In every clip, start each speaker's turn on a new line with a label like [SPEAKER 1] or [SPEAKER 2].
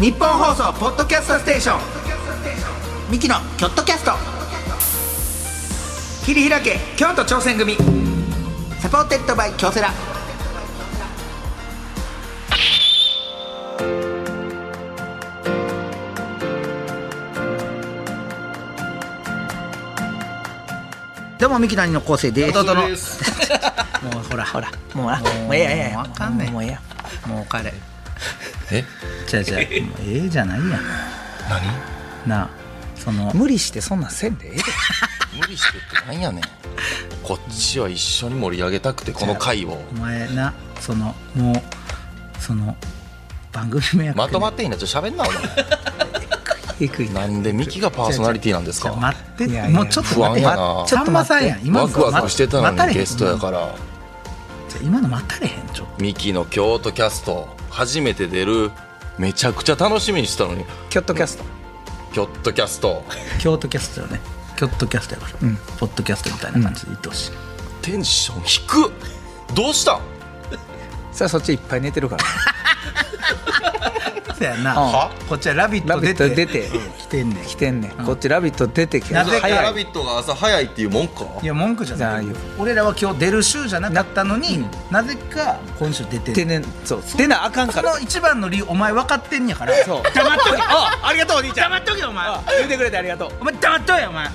[SPEAKER 1] 日本放送ポッドキャストステーションミキのキョットキャスト切り開け京都挑戦組サポーテッドバイ京セラどうもミキナニの構成です
[SPEAKER 2] 弟
[SPEAKER 1] も
[SPEAKER 2] の
[SPEAKER 1] うほらほらもうあもうええやええや
[SPEAKER 2] もうわかんない
[SPEAKER 1] もうええやもう帰れ
[SPEAKER 2] え
[SPEAKER 1] じゃあじゃ あもうええじゃないやんなあその無理してそんなんせんでええで
[SPEAKER 2] 無理してってなんやねんこっちは一緒に盛り上げたくてこの回を
[SPEAKER 1] お前なそのもうその番組名や
[SPEAKER 2] まとまっていいなちょっと喋んなお 前
[SPEAKER 1] えくいな
[SPEAKER 2] なんでミキがパーソナリティなんです
[SPEAKER 1] じゃあ
[SPEAKER 2] か
[SPEAKER 1] 待って
[SPEAKER 3] いやいや
[SPEAKER 1] もうちょっと
[SPEAKER 2] 不
[SPEAKER 1] 待っ
[SPEAKER 2] 安
[SPEAKER 1] て
[SPEAKER 2] や
[SPEAKER 1] ま
[SPEAKER 2] な
[SPEAKER 1] ちょっと待ってさんまさんやん今
[SPEAKER 2] ワ
[SPEAKER 1] の
[SPEAKER 2] クワクしてたの
[SPEAKER 1] 待たれ
[SPEAKER 2] に
[SPEAKER 1] へん
[SPEAKER 2] ゲストやか
[SPEAKER 1] じ
[SPEAKER 2] ら
[SPEAKER 1] ゃあ今の待たれへんちょっと
[SPEAKER 2] ミキの京都キャスト初めて出るめちゃくちゃ楽しみにしてたのに
[SPEAKER 1] キョットキャスト
[SPEAKER 2] 京都キャスト
[SPEAKER 1] 京都キャストよねキョットキャストやから、ポッドキャストみたいな感じで言ってほしい、
[SPEAKER 2] テンション低っどうしたん
[SPEAKER 3] それはそっちいっぱい寝てる から
[SPEAKER 1] そうやな、
[SPEAKER 2] は
[SPEAKER 1] こっちは「ラビッ
[SPEAKER 3] ラ
[SPEAKER 1] ト!」
[SPEAKER 3] ビ
[SPEAKER 1] 出
[SPEAKER 3] ット
[SPEAKER 1] て
[SPEAKER 3] 出て
[SPEAKER 1] 来てんねん
[SPEAKER 3] 来てんねんこっちラビット出てきて
[SPEAKER 1] なぜか
[SPEAKER 3] 早い
[SPEAKER 2] ビット!」が朝早いっていうもんか
[SPEAKER 1] いや文句じゃない
[SPEAKER 3] じゃ
[SPEAKER 1] よ
[SPEAKER 3] あ
[SPEAKER 1] 俺らは今日出る週じゃなかったのに、なぜか今週出て
[SPEAKER 3] 出
[SPEAKER 1] る
[SPEAKER 3] ねんそう出なあかん
[SPEAKER 1] そ
[SPEAKER 3] から
[SPEAKER 1] の一番の理由お前分かってんやから
[SPEAKER 3] そう
[SPEAKER 1] 黙っとけ
[SPEAKER 3] あありがとうお兄ちゃん
[SPEAKER 1] 黙っとけお前
[SPEAKER 3] あ言ってくれてありがとう
[SPEAKER 1] お前黙っとけお前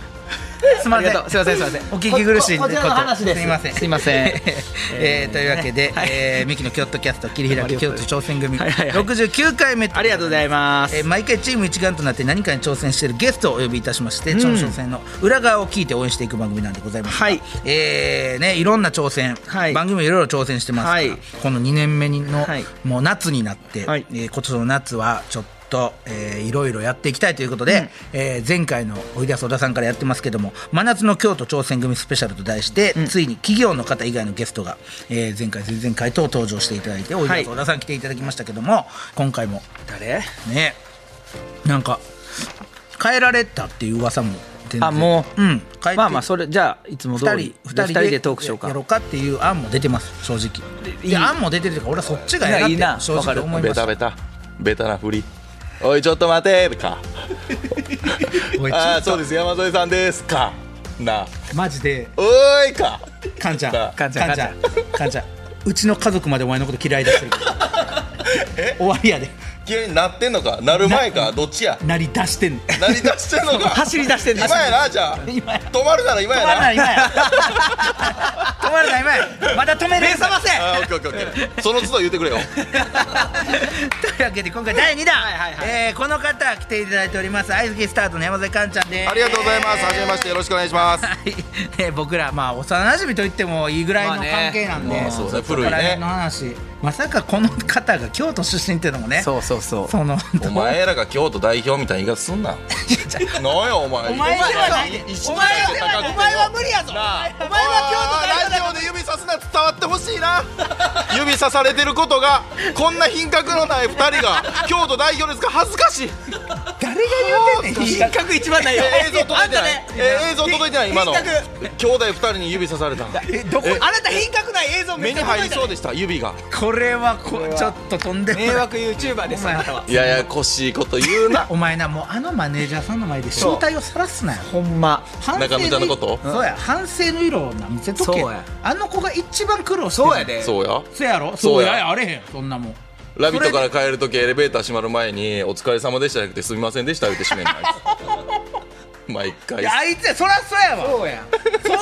[SPEAKER 1] すい
[SPEAKER 3] あ
[SPEAKER 1] ま
[SPEAKER 3] り
[SPEAKER 1] せん
[SPEAKER 3] がとうすいませんすいません
[SPEAKER 1] お聞き苦しい
[SPEAKER 3] こここちらの話です
[SPEAKER 1] すいません
[SPEAKER 3] すいませ ん
[SPEAKER 1] えーというわけで、えーミキのキョットキャスト切り開き京都挑戦組
[SPEAKER 3] はいはいはい
[SPEAKER 1] 69回目
[SPEAKER 3] ありがとうございま
[SPEAKER 1] え
[SPEAKER 3] す
[SPEAKER 1] ー毎回チーム一丸となって何かに挑戦しているゲストをお呼びいたしまして、その挑戦の裏側を聞いて応援していく番組なんでございますが
[SPEAKER 3] はい
[SPEAKER 1] えーね、いろんな挑戦、
[SPEAKER 3] はい
[SPEAKER 1] 番組もいろいろ挑戦してますから、
[SPEAKER 3] はい
[SPEAKER 1] この2年目の、
[SPEAKER 3] はい
[SPEAKER 1] もう夏になって、
[SPEAKER 3] はい
[SPEAKER 1] えー今年の夏はちょっと、えーいろいろやっていきたいということで、えー前回のおいでやす小田さんからやってますけども「真夏の京都挑戦組スペシャル」と題して、ついに企業の方以外のゲストが、えー前回前々回と登場していただいておいでやす小田さん来ていただきましたけども、今回も
[SPEAKER 3] 誰
[SPEAKER 1] ねなんか変えられたっていう噂も全然
[SPEAKER 3] あもう
[SPEAKER 1] うん変えて
[SPEAKER 3] まあまあそれじゃあいつも通
[SPEAKER 1] 2
[SPEAKER 3] り
[SPEAKER 1] 人二
[SPEAKER 3] 二人でトークしよう
[SPEAKER 1] や
[SPEAKER 3] か
[SPEAKER 1] ろうかっていう案も出てます正直
[SPEAKER 3] いい
[SPEAKER 1] で案も出てるというか俺はそっちがええ
[SPEAKER 3] いい
[SPEAKER 1] なっ
[SPEAKER 3] な
[SPEAKER 1] て正
[SPEAKER 3] わか
[SPEAKER 1] 直
[SPEAKER 3] る
[SPEAKER 1] 思い
[SPEAKER 2] ベ
[SPEAKER 1] まし
[SPEAKER 2] タ
[SPEAKER 1] た
[SPEAKER 2] ベタベタな振りおいちょっと待てーか
[SPEAKER 1] おいちょ
[SPEAKER 2] ああそうです山添さんですかなあ
[SPEAKER 1] マジで
[SPEAKER 2] おーいか
[SPEAKER 1] カンちゃん
[SPEAKER 2] さあ
[SPEAKER 1] カンちゃんカ
[SPEAKER 3] カ
[SPEAKER 1] ンち
[SPEAKER 3] ンち
[SPEAKER 1] ゃ
[SPEAKER 3] ゃ
[SPEAKER 1] ん
[SPEAKER 3] ん
[SPEAKER 1] カンちゃんうちの家族までお前のこと嫌いだしてるから終わりやで
[SPEAKER 2] 嫌いになってんのかなる前かどっちや
[SPEAKER 1] なり出してんねん
[SPEAKER 2] なりだしてん のか
[SPEAKER 3] 走り出してんの
[SPEAKER 2] 今やなじゃあ
[SPEAKER 1] 今や
[SPEAKER 2] 止まるなら今
[SPEAKER 1] 止
[SPEAKER 2] や
[SPEAKER 1] まら
[SPEAKER 2] な
[SPEAKER 1] ない今や止まらない今やまだ止めれ目覚ませ
[SPEAKER 2] あーオッケーオッケーオッケーその都度言ってくれよ
[SPEAKER 1] というわけで今回第2弾、えーこの方来ていただいております愛好きスタートの山添寛ちゃんです
[SPEAKER 2] ありがとうございますはじめましてよろしくお願いします
[SPEAKER 1] はい、ね、僕らまあ幼馴染と言ってもいいぐらいの
[SPEAKER 3] まあね
[SPEAKER 1] 関係なんで、
[SPEAKER 2] まあそうね
[SPEAKER 1] ちょっと
[SPEAKER 2] 古いね
[SPEAKER 1] ここら辺の話まさかこの方が京都出身っていうのもね
[SPEAKER 3] そうそうそう
[SPEAKER 1] その
[SPEAKER 2] お前らが京都代表みたいな言い方すんななんやお前
[SPEAKER 1] お前ではない
[SPEAKER 2] 一緒
[SPEAKER 1] お
[SPEAKER 2] に
[SPEAKER 1] 前
[SPEAKER 2] 高くて
[SPEAKER 1] はお前は無理やぞお前
[SPEAKER 2] なあ
[SPEAKER 1] は京都代表だ
[SPEAKER 2] あーラジオで指さすな伝わってほしいな 指さされてることがこんな品格のない2人が京都代表ですか恥ずかしい
[SPEAKER 1] 誰が言うてんねん
[SPEAKER 3] 比較一番ないよ
[SPEAKER 2] えー映像届いてない、
[SPEAKER 3] あんたね
[SPEAKER 2] えー映像届いてない今の
[SPEAKER 3] 品
[SPEAKER 2] 兄弟2人に指ささ れた
[SPEAKER 3] えどこあなた品格ない映像め
[SPEAKER 2] 目
[SPEAKER 3] っ
[SPEAKER 2] に
[SPEAKER 3] ちゃ届
[SPEAKER 2] 入
[SPEAKER 3] い
[SPEAKER 2] り
[SPEAKER 3] て
[SPEAKER 2] そうでした指が
[SPEAKER 1] これはこちょっととんでも
[SPEAKER 3] 迷
[SPEAKER 1] ない
[SPEAKER 3] 惑 YouTuber ですあなたはい
[SPEAKER 2] ややこしいこと言う な
[SPEAKER 1] お前なもうあのマネージャーさんの前で正体を晒すなよ
[SPEAKER 3] ほんま
[SPEAKER 1] 反省
[SPEAKER 2] 中見たのこと
[SPEAKER 1] そうや反省の色をな見せとけ
[SPEAKER 3] そうや
[SPEAKER 1] あの子が一番苦労してる
[SPEAKER 3] そうやで
[SPEAKER 2] そうや
[SPEAKER 1] そうやろ
[SPEAKER 2] そうや
[SPEAKER 1] やあれへんそんなもん
[SPEAKER 2] 「ラビット!」から帰るときエレベーター閉まる前に「お疲れ様でした」じゃなくて「すみませんでした」言って閉めんのあいつ毎
[SPEAKER 1] い
[SPEAKER 2] 回
[SPEAKER 1] やあいつやそらそうやわ
[SPEAKER 3] そうや
[SPEAKER 1] そう謝ら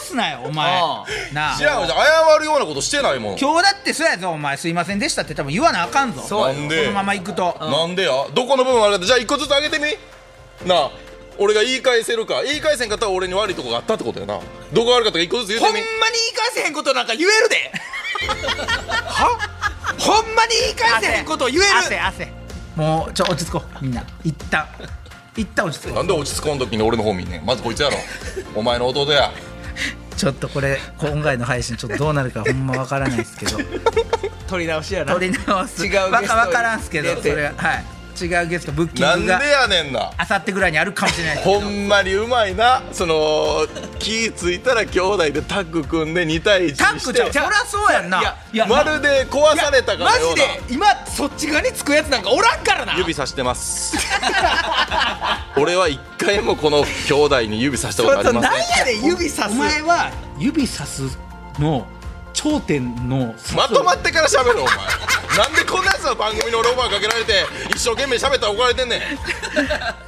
[SPEAKER 1] すなよお前
[SPEAKER 3] あ
[SPEAKER 1] なあ
[SPEAKER 2] 知らんわじゃあ謝るようなことしてないもん
[SPEAKER 1] 今日だってそうやぞお前すいませんでしたって多分言わなあかんぞ
[SPEAKER 3] そうや
[SPEAKER 2] なん
[SPEAKER 1] こ
[SPEAKER 2] で
[SPEAKER 1] のまま行くと
[SPEAKER 2] なんでやどこの部分悪かったじゃあ一個ずつ上げてみなあ俺が言い返せるか言い返せんかったら俺に悪いとこがあったってことやなどこが悪かったか一個ずつ言
[SPEAKER 3] ほ
[SPEAKER 2] うんて
[SPEAKER 3] まに
[SPEAKER 2] み
[SPEAKER 3] 言い返せへんことなんか言え るではほんまに言い返せへんことを言える
[SPEAKER 1] 汗汗もうちょ落ち着こうみんな一旦一旦落ち着こ
[SPEAKER 2] なんで落ち着こん時に俺の方見んねんまずこいつやろお前の弟や
[SPEAKER 1] うちょっとこれ今回の配信ちょっとどうなるかほんまわからないですけど
[SPEAKER 3] 取り直しやな
[SPEAKER 1] 取り直す
[SPEAKER 3] 違うゲスト
[SPEAKER 1] わかわからんすけど
[SPEAKER 3] 出
[SPEAKER 1] そ
[SPEAKER 3] て
[SPEAKER 1] れははい違うゲストブッキ
[SPEAKER 2] な
[SPEAKER 1] ン
[SPEAKER 2] ん
[SPEAKER 1] グ
[SPEAKER 2] で
[SPEAKER 1] が
[SPEAKER 2] やねんな
[SPEAKER 1] あさってぐらいにあるかもしれないですけ
[SPEAKER 2] ほ
[SPEAKER 1] ど
[SPEAKER 2] んまにうまいなその気ぃついたら兄弟でタッグ組んで2対1にして
[SPEAKER 1] タックちゃんそりゃそうやんない
[SPEAKER 3] や
[SPEAKER 1] いや
[SPEAKER 2] まるで壊されたか
[SPEAKER 3] マ
[SPEAKER 2] のよ
[SPEAKER 3] ジ
[SPEAKER 2] うな
[SPEAKER 3] で今そっち側につくやつなんかおらんからな
[SPEAKER 2] 指さしてます 俺は一回もこの兄弟に指さしたことありません
[SPEAKER 3] なんやねん指さす
[SPEAKER 1] お前は指さすの頂点のさ
[SPEAKER 2] まとまってから喋るお前なんでこんなやつの番組のロバーかけられて一生懸命喋ったら怒られてんね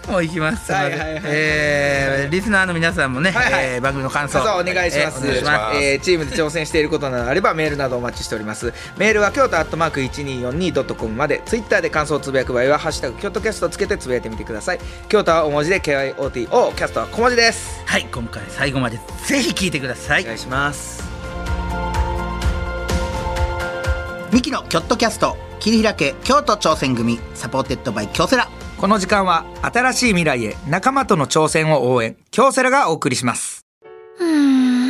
[SPEAKER 2] ん
[SPEAKER 1] もういきます
[SPEAKER 3] はいはいはい
[SPEAKER 1] えーリスナーの皆さんもね、
[SPEAKER 3] はいはい
[SPEAKER 1] えー番組の感想
[SPEAKER 3] さあお願いします,、
[SPEAKER 1] えーお願いしま
[SPEAKER 2] ます
[SPEAKER 3] えーチームで挑戦していることなどあればメールなどお待ちしており ますメールは京都アットマーク 1242.com までツイッターで感想をつぶやく場合は「ハッシュタグ京都キャスト」つけてつぶやいてみてください京都は大文字で KYOTO キャストは小文字です
[SPEAKER 1] すはい今回最後までぜひ聞いてください
[SPEAKER 3] お願いします
[SPEAKER 1] ミキのキョットキャスト切り開け京都挑戦組サポーテッドバイ京セラ
[SPEAKER 3] この時間は新しい未来へ仲間との挑戦を応援京セラがお送りします
[SPEAKER 4] うー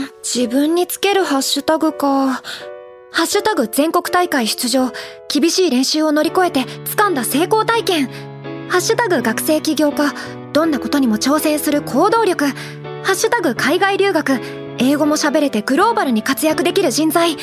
[SPEAKER 4] ん自分につけるハッシュタグか。ハッシュタグ全国大会出場。厳しい練習を乗り越えて掴んだ成功体験。ハッシュタグ学生起業家。どんなことにも挑戦する行動力。ハッシュタグ海外留学。英語も喋れてグローバルに活躍できる人材。って、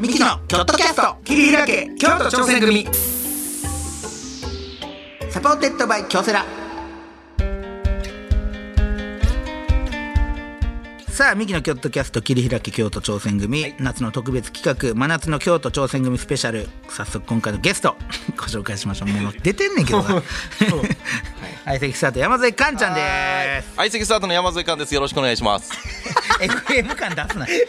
[SPEAKER 3] ミキのキョットキャスト切り開け京都挑戦組
[SPEAKER 1] サポーテッドバイ京セラさあミキの京都キャスト切り開き京都挑戦組、夏の特別企画真夏の京都挑戦組スペシャル早速今回のゲストご紹介しましょうもう出てんねんけどな 相席スタート山添寛ちゃんです
[SPEAKER 2] 相席スタートの山添寛ですよろしくお願いします
[SPEAKER 1] FM 感出すな
[SPEAKER 2] い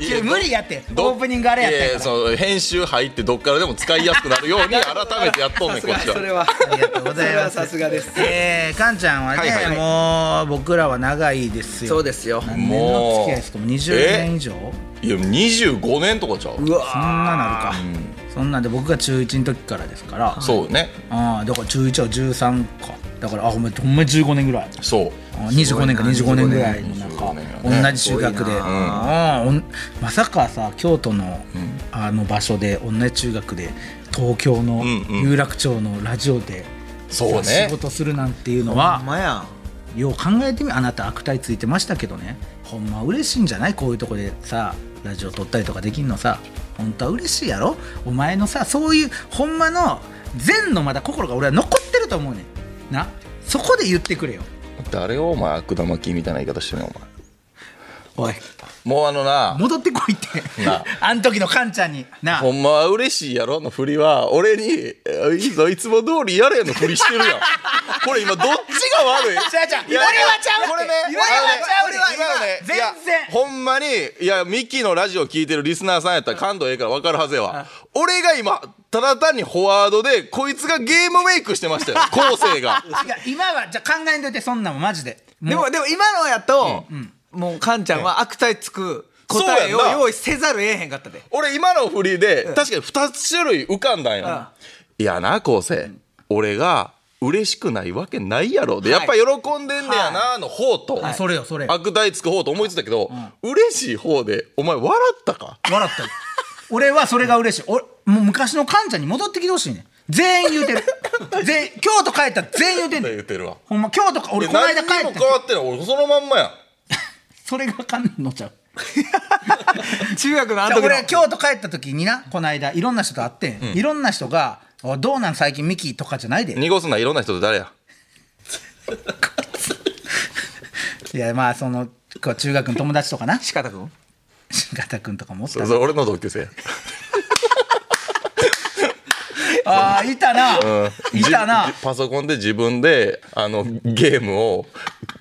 [SPEAKER 1] ちょ
[SPEAKER 2] や
[SPEAKER 1] 無理やって
[SPEAKER 2] ど
[SPEAKER 1] オープニングあれやったん
[SPEAKER 2] い
[SPEAKER 1] や
[SPEAKER 2] い
[SPEAKER 1] から
[SPEAKER 2] その編集入ってどっからでも使いやすくなるように改めてやっとんねんこっちは
[SPEAKER 3] は
[SPEAKER 1] ありがとうございます。
[SPEAKER 3] それはさすがです
[SPEAKER 1] えー、かんちゃんはね、
[SPEAKER 2] はいはい
[SPEAKER 1] もう僕らは長いですよ。
[SPEAKER 3] そうですよ
[SPEAKER 1] 何年の付き合いですかもう20年以上
[SPEAKER 2] いや25年とかちゃう
[SPEAKER 3] う
[SPEAKER 1] そん
[SPEAKER 3] わ
[SPEAKER 1] ななるか、そんなんで僕が中1の時からですから
[SPEAKER 2] そうね
[SPEAKER 1] ああだから中1は13かだからあほんまほんま15年ぐらい
[SPEAKER 2] そう
[SPEAKER 1] あ25年か25年ぐらいの
[SPEAKER 2] 25
[SPEAKER 1] 中
[SPEAKER 2] 年やね
[SPEAKER 1] 同じ中学で、
[SPEAKER 3] すごい
[SPEAKER 1] ああおんまさかさ京都のあの場所で同じ中学で東京の
[SPEAKER 2] んうん
[SPEAKER 1] 有楽町のラジオで
[SPEAKER 2] そう
[SPEAKER 1] 仕
[SPEAKER 2] ね
[SPEAKER 1] 事するなんていうのは、
[SPEAKER 3] ほんまやん
[SPEAKER 1] よう考えてみあなた悪態ついてましたけどねほんま嬉しいんじゃないこういうとこでさラジオ撮ったりとかできんのさ本当は嬉しいやろお前のさそういうほんまの善のまだ心が俺は残ってると思うねんなそこで言ってくれよ
[SPEAKER 2] 誰をお前悪玉きみたいな言い方してんねんお前
[SPEAKER 1] おい
[SPEAKER 2] もうあのな
[SPEAKER 1] 戻ってこいって
[SPEAKER 2] な
[SPEAKER 1] あん時のカンちゃんにな
[SPEAKER 2] ほんまは嬉しいやろの振りは俺にえ「いいぞいつも通りやれ」の振りしてる やんこれ今どっちが悪いい
[SPEAKER 1] 俺
[SPEAKER 2] や
[SPEAKER 1] はちゃうって
[SPEAKER 2] これね
[SPEAKER 1] 俺はちゃうって
[SPEAKER 2] あのね今のね
[SPEAKER 1] 全然
[SPEAKER 2] いやほんまにいやミキのラジオ聞いてるリスナーさんやったら感度ええから分かるはずやわ俺が今ただ単にフォワードでこいつがゲームメイクしてま したよ後世が
[SPEAKER 1] 違う今はじゃあ考えんといてそんなんもマジで
[SPEAKER 3] でもでも今のやと、もうカンちゃんは悪態つく答えを
[SPEAKER 2] そうやんな
[SPEAKER 3] 用意せざるをええへんかっ たで
[SPEAKER 2] 俺今の振りで確かに2つ種類浮かんだんよいやな後世俺が嬉しくないわけないやろで、
[SPEAKER 3] はい
[SPEAKER 2] やっぱ喜んでんねやなの方と、
[SPEAKER 1] あそれよそれよ
[SPEAKER 2] 悪態つく方と思いついたけど、嬉しい方でお前笑ったか
[SPEAKER 1] 笑ったよ俺はそれが嬉しい俺もう昔のカンちゃんに戻ってきてほしいね全員言う てる全員京都帰ったら全員言うてんね
[SPEAKER 2] 言
[SPEAKER 1] ん
[SPEAKER 2] ってるわ
[SPEAKER 1] ほんま京都か俺
[SPEAKER 2] え
[SPEAKER 1] この間帰
[SPEAKER 2] 何に
[SPEAKER 1] っ
[SPEAKER 2] も
[SPEAKER 1] た
[SPEAKER 2] 変わってない俺そのまんまやん
[SPEAKER 1] それがあかんの ちゃう
[SPEAKER 3] 中学のあ
[SPEAKER 1] じゃあ
[SPEAKER 3] の時の
[SPEAKER 1] 俺は京都帰った時になこの間いろんな人と会ってん、いろんな人が「おいどうなん最近ミキとかじゃないで」
[SPEAKER 2] 濁すないろんな人と誰や
[SPEAKER 1] いやまあそのこう中学の友達とかな
[SPEAKER 3] 鹿田君
[SPEAKER 1] 新潟君とかもおっ
[SPEAKER 2] そ
[SPEAKER 1] た
[SPEAKER 2] れそれ俺の同級生や
[SPEAKER 1] ああいたな、いたな
[SPEAKER 2] じじパソコンで自分であのゲームを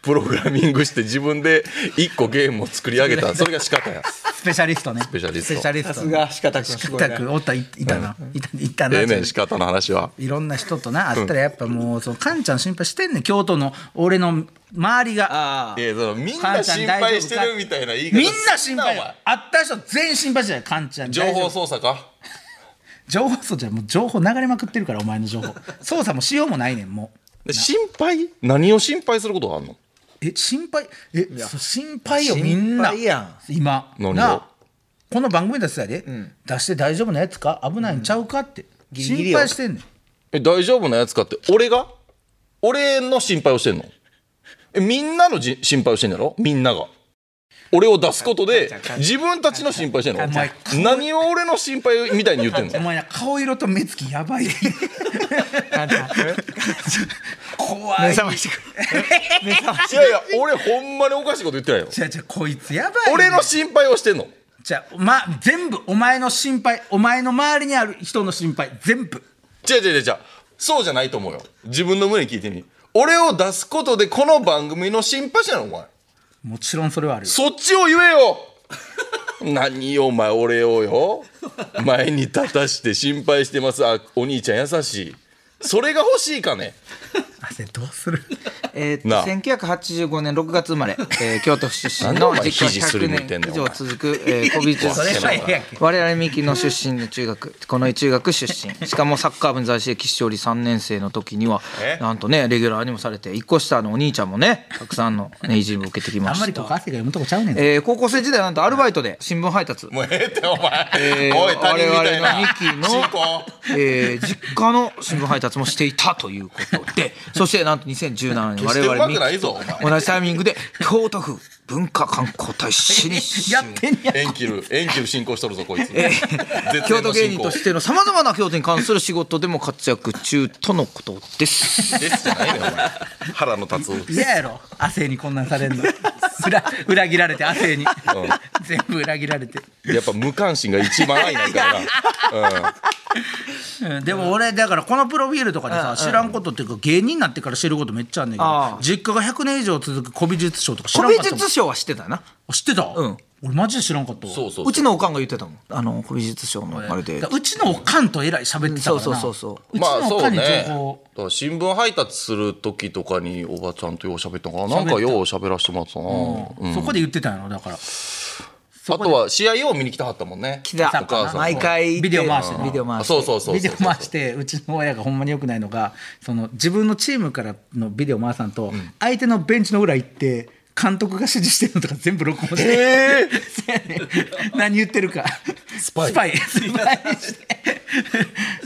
[SPEAKER 2] プログラミングして自分で一個ゲームを作り上げたそれが仕方や
[SPEAKER 1] スペシャリストね。ス
[SPEAKER 2] ペシャリスト
[SPEAKER 1] ペシャリスト。
[SPEAKER 3] さすが仕方くんすごいな
[SPEAKER 1] 四方君おった、いいたな。いた、いたな。
[SPEAKER 2] ええねん仕方の話はい
[SPEAKER 1] ろんな人とな、会ったらやっぱもう、その、カンちゃん心配してんねん。京都の、俺の周りが。
[SPEAKER 3] あ
[SPEAKER 2] いやそのみん
[SPEAKER 1] カ
[SPEAKER 2] な
[SPEAKER 1] ンちゃん
[SPEAKER 2] 心
[SPEAKER 1] 大丈夫か
[SPEAKER 2] 配してるみたいな言い方
[SPEAKER 1] みんな心
[SPEAKER 2] すんお前
[SPEAKER 1] 配。会った人全員心配じゃない、カンちゃん。
[SPEAKER 2] 情報操作か
[SPEAKER 1] 情報そうじゃないもう情報流れまくってるからお前の情 報操作もしようもないねんも
[SPEAKER 2] で心配何を心配することがあんの
[SPEAKER 1] うえ心配えそう心配よ
[SPEAKER 3] 心
[SPEAKER 1] み
[SPEAKER 3] 配
[SPEAKER 1] んな
[SPEAKER 3] やん
[SPEAKER 1] 今
[SPEAKER 2] 何を
[SPEAKER 1] なあこの番組出したやで、出して大丈夫なやつか危ないんちゃうかって、
[SPEAKER 3] リギリ
[SPEAKER 1] 心
[SPEAKER 3] よ
[SPEAKER 1] 配してんねん
[SPEAKER 2] え大丈夫なやつかって俺が俺の心配をしてんのえみんなのじ心配をしてんだろみんなが俺を出すことで自分たちの心配してん
[SPEAKER 1] お前
[SPEAKER 2] の何を俺の心配みたいに言ってん
[SPEAKER 1] お
[SPEAKER 2] の
[SPEAKER 1] 前な顔色と目つきやばい怖い
[SPEAKER 3] 目覚ましてくれ目覚まし
[SPEAKER 2] いやいや俺ほんまにおかしいこと言ってないよ
[SPEAKER 1] じゃじゃこいつやばいね
[SPEAKER 2] 俺の心配をしてんの
[SPEAKER 1] じゃま全部お前の心配お前の周りにある人の心配全部
[SPEAKER 2] 違う違う違う違うそうじゃないと思うよ自分の胸に聞いてみ俺を出すことでこの番組の心配してんのお前
[SPEAKER 1] もちろんそれはあるよ
[SPEAKER 2] そっちを言えよ 何よお前俺をよ前に立たして心配してますあお兄ちゃん優しいそれが欲しいかね
[SPEAKER 1] 汗どうする
[SPEAKER 3] えーっと
[SPEAKER 2] なあ
[SPEAKER 3] 1985年6月生まれ、えー京都府出身の
[SPEAKER 2] なんでお前
[SPEAKER 3] 実家
[SPEAKER 2] 肘すりむい
[SPEAKER 3] 100
[SPEAKER 2] てん
[SPEAKER 3] 年
[SPEAKER 2] ねん
[SPEAKER 3] 以上続く、えー、小美術
[SPEAKER 1] それはええやんけ
[SPEAKER 3] 我々ミキの出身の中学この中学出身しかもサッカー部に在籍しており3年生の時には
[SPEAKER 2] え
[SPEAKER 3] なんとねレギュラーにもされて1個下のお兄ちゃんもねたくさんの、ね、いじりを受けてき ま
[SPEAKER 1] あんま
[SPEAKER 3] し
[SPEAKER 1] りと
[SPEAKER 3] た、
[SPEAKER 1] か汗が読むとこちゃうねん
[SPEAKER 3] えー高校生時代はなんとアルバイトで新聞配達
[SPEAKER 2] もうええってお前、
[SPEAKER 3] ー
[SPEAKER 2] おい他人みたいな
[SPEAKER 3] 我々のミキの
[SPEAKER 2] 進行
[SPEAKER 3] えー実家の新聞配達もしていたということでそしてなんと2017年
[SPEAKER 2] 決して
[SPEAKER 3] 我
[SPEAKER 2] うま
[SPEAKER 3] 々ミ
[SPEAKER 2] く
[SPEAKER 3] キ
[SPEAKER 2] ないぞお前
[SPEAKER 3] 同じタイミングで京都府文化観光大使 に就
[SPEAKER 1] や
[SPEAKER 3] 任
[SPEAKER 1] ってんや
[SPEAKER 2] エンキルエンキル進行しとるぞこいつ、絶
[SPEAKER 3] 京
[SPEAKER 2] 縁
[SPEAKER 3] 都
[SPEAKER 2] の
[SPEAKER 3] 芸
[SPEAKER 2] 進
[SPEAKER 3] 人
[SPEAKER 2] 行
[SPEAKER 3] としてのさまざまな京都に関する仕事でも活躍中とのこと です。
[SPEAKER 2] ですじゃないのよお前腹の立つ
[SPEAKER 1] 嫌やろ亜生にこんなんされんの裏裏切られて亜生に、全部裏切られて、
[SPEAKER 2] やっぱ無関心が一番愛ないからな
[SPEAKER 1] うんでも俺だからこのプロフィールとかでさ、知らんことっていうか芸人になってから知ることめっちゃあんねんけ
[SPEAKER 3] あ
[SPEAKER 1] ど
[SPEAKER 3] あ
[SPEAKER 1] 実家が100年以上続く古美術商とか知
[SPEAKER 3] 古
[SPEAKER 1] らん
[SPEAKER 3] 美
[SPEAKER 1] かったもん
[SPEAKER 3] 術賞は知ってたな。
[SPEAKER 1] 知ってた、
[SPEAKER 3] うん
[SPEAKER 1] 俺マジで知らんかったわ
[SPEAKER 2] そうそう
[SPEAKER 3] うちのおかんが言ってたもん。あの古美術賞のあれで
[SPEAKER 1] だ。からうちのおかんとえらい喋ってたからな、
[SPEAKER 3] そうそうそうそう
[SPEAKER 1] ちのおかんに情
[SPEAKER 2] だ
[SPEAKER 1] 報を、
[SPEAKER 2] から新聞配達する時とかにおばちゃんとよう喋ったのかななんかよう喋らせてもらってたな、
[SPEAKER 1] うんそこで言ってたんやろだから
[SPEAKER 2] あとは試合を見に来たかったもんね
[SPEAKER 3] 来
[SPEAKER 2] お
[SPEAKER 3] た
[SPEAKER 2] 母さん
[SPEAKER 3] 毎回行って
[SPEAKER 1] ビデオ回してな
[SPEAKER 3] ビデオ回
[SPEAKER 2] あ
[SPEAKER 3] して。
[SPEAKER 2] そうそうそうそう
[SPEAKER 1] ビデオ回してうちの親がほんまに良くないのがその自分のチームからのビデオ回さんと、相手のベンチの裏行って監督が指示してるのとか全部録音して、そうやね 何言ってるかス
[SPEAKER 2] パイ
[SPEAKER 1] スパイスパイし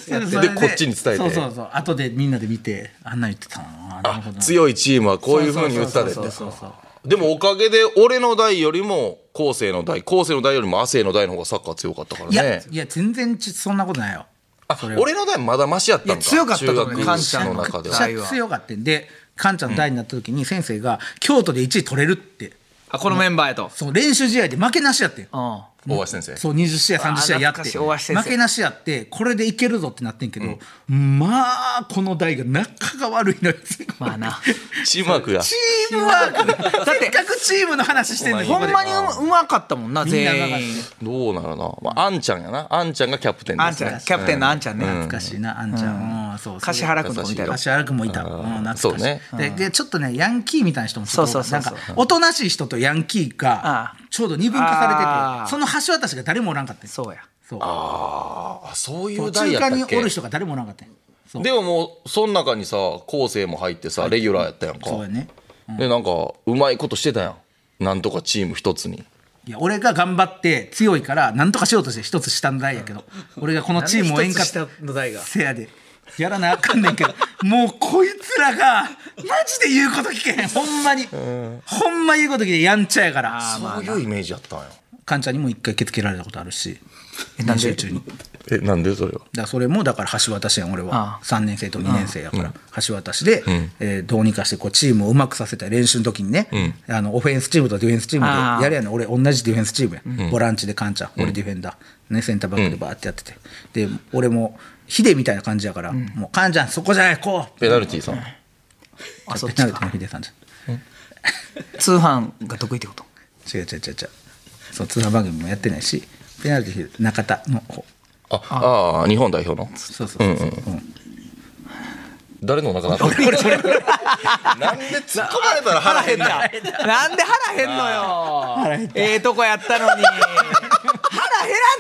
[SPEAKER 1] て それ
[SPEAKER 2] こっちに伝えて
[SPEAKER 1] そうそうそう後でみんなで見てあんなん言ってたななるほどな
[SPEAKER 2] 強いチームはこういうふうに打たれて
[SPEAKER 1] そうそうそうそう
[SPEAKER 2] でもおかげで俺の代よりも後世の代後世の代よりも亜生の代の方がサッカー強かったから
[SPEAKER 1] いや
[SPEAKER 2] ね
[SPEAKER 1] いや全然ちそんなことないよ
[SPEAKER 2] あ俺の代まだマシやったんか
[SPEAKER 3] いや強かったと思う
[SPEAKER 2] 中
[SPEAKER 3] ねカ
[SPEAKER 2] 学
[SPEAKER 3] ンちゃん
[SPEAKER 2] の
[SPEAKER 3] の
[SPEAKER 2] 中で
[SPEAKER 1] めっち
[SPEAKER 2] は
[SPEAKER 3] 代
[SPEAKER 1] ゃ強かったんでカンちゃんの代になった時に先生が京都で1位取れるって
[SPEAKER 3] あこのメンバーやと。
[SPEAKER 1] そう練習試合で負けなしやってん
[SPEAKER 3] うん。
[SPEAKER 2] 大橋先生
[SPEAKER 1] そう20試合30試合やっ
[SPEAKER 3] 懐か
[SPEAKER 1] て
[SPEAKER 3] しい大橋先生
[SPEAKER 1] 負けなしやってこれでいけるぞってなってんけど、まあこの代が仲が悪いのよ
[SPEAKER 3] まあ な。
[SPEAKER 2] チームワークが
[SPEAKER 1] チームワークだ
[SPEAKER 3] だって
[SPEAKER 1] せっかくチームの話してんのに
[SPEAKER 2] ほ
[SPEAKER 3] ほ
[SPEAKER 2] んま
[SPEAKER 3] ん
[SPEAKER 2] に
[SPEAKER 3] まにううまかったもんな
[SPEAKER 1] みんな上手か
[SPEAKER 3] 全
[SPEAKER 1] った
[SPEAKER 3] 員。
[SPEAKER 2] どうなるな、まあ、あんちゃんやなあんちゃんがキャプテンで
[SPEAKER 3] あん
[SPEAKER 2] す
[SPEAKER 3] ち
[SPEAKER 2] ね
[SPEAKER 3] ゃんキャプテンのあんちゃんね。
[SPEAKER 1] 懐かしいなあんちゃん、うん、そうそう
[SPEAKER 3] 樫原君とかみたいな。
[SPEAKER 1] 樫原君もいた、うん、懐かしい
[SPEAKER 2] そうね
[SPEAKER 1] ででちょっとねヤンキーみたいな人もすごい
[SPEAKER 3] そうそうそうそう
[SPEAKER 1] なんかおとなしい人とヤンキー
[SPEAKER 3] あ
[SPEAKER 1] が
[SPEAKER 3] あ
[SPEAKER 1] ちょうど二分化され
[SPEAKER 3] あ
[SPEAKER 1] て
[SPEAKER 3] あ
[SPEAKER 1] てその橋渡しが誰もおらんかったん
[SPEAKER 3] そうや。
[SPEAKER 1] そう
[SPEAKER 2] あそうい
[SPEAKER 1] 途
[SPEAKER 2] う
[SPEAKER 1] 中
[SPEAKER 2] 代やった
[SPEAKER 1] 間
[SPEAKER 2] っけ
[SPEAKER 1] におる人が誰もおらんかったんそう
[SPEAKER 2] でももうその中にさ昴生も入ってさレギュラーやったやんか、
[SPEAKER 1] そうやね
[SPEAKER 2] でなんかうまいことしてたやんなんとかチーム一つに
[SPEAKER 1] いや俺が頑張って強いから何とかしようとして一つ下の代やけど俺がこのチームをえんかった
[SPEAKER 3] の代が。
[SPEAKER 1] せやでやらなあかんねんけどもうこいつら がマジで言うこと聞けへんほんまにほんま言うこと聞いてやんちゃやから
[SPEAKER 2] そういうイメージやったんや
[SPEAKER 1] カンちゃんにも一回蹴つけられたことあるし
[SPEAKER 3] なん
[SPEAKER 1] 練習
[SPEAKER 3] で
[SPEAKER 1] 中にだか
[SPEAKER 2] えなんでそれは
[SPEAKER 1] らそれもだから橋渡しやん俺は
[SPEAKER 3] ああ
[SPEAKER 1] 3年生と2年生やから橋渡しで、えーどうにかしてこうチームをうまくさせたい練習の時にね、あのオフェンスチームとディフェンスチーム
[SPEAKER 3] ああ
[SPEAKER 1] でやるやん俺同じディフェンスチームや、ボランチでカンちゃん俺ディフェンダー、ね、センターバックでバーってやってて、で俺もヒデみたいな感じやから、もうカンちゃんそこじゃないこう
[SPEAKER 2] ペナルティーさん
[SPEAKER 3] あそっ
[SPEAKER 1] ペ
[SPEAKER 3] ち
[SPEAKER 1] ナルティ
[SPEAKER 3] か
[SPEAKER 1] の。ヒデさんじゃん
[SPEAKER 3] 通販が得意ってこと。
[SPEAKER 1] 違う違う違う違うそう通販番組もやってないしペナルティーヒル中田の方
[SPEAKER 2] あああ日本代表の
[SPEAKER 1] そうそうそうそう、うん
[SPEAKER 2] 誰のお腹なったなんで突っ込まれたら腹減んねん
[SPEAKER 3] なんで腹減んのよええとこやっ たのに腹減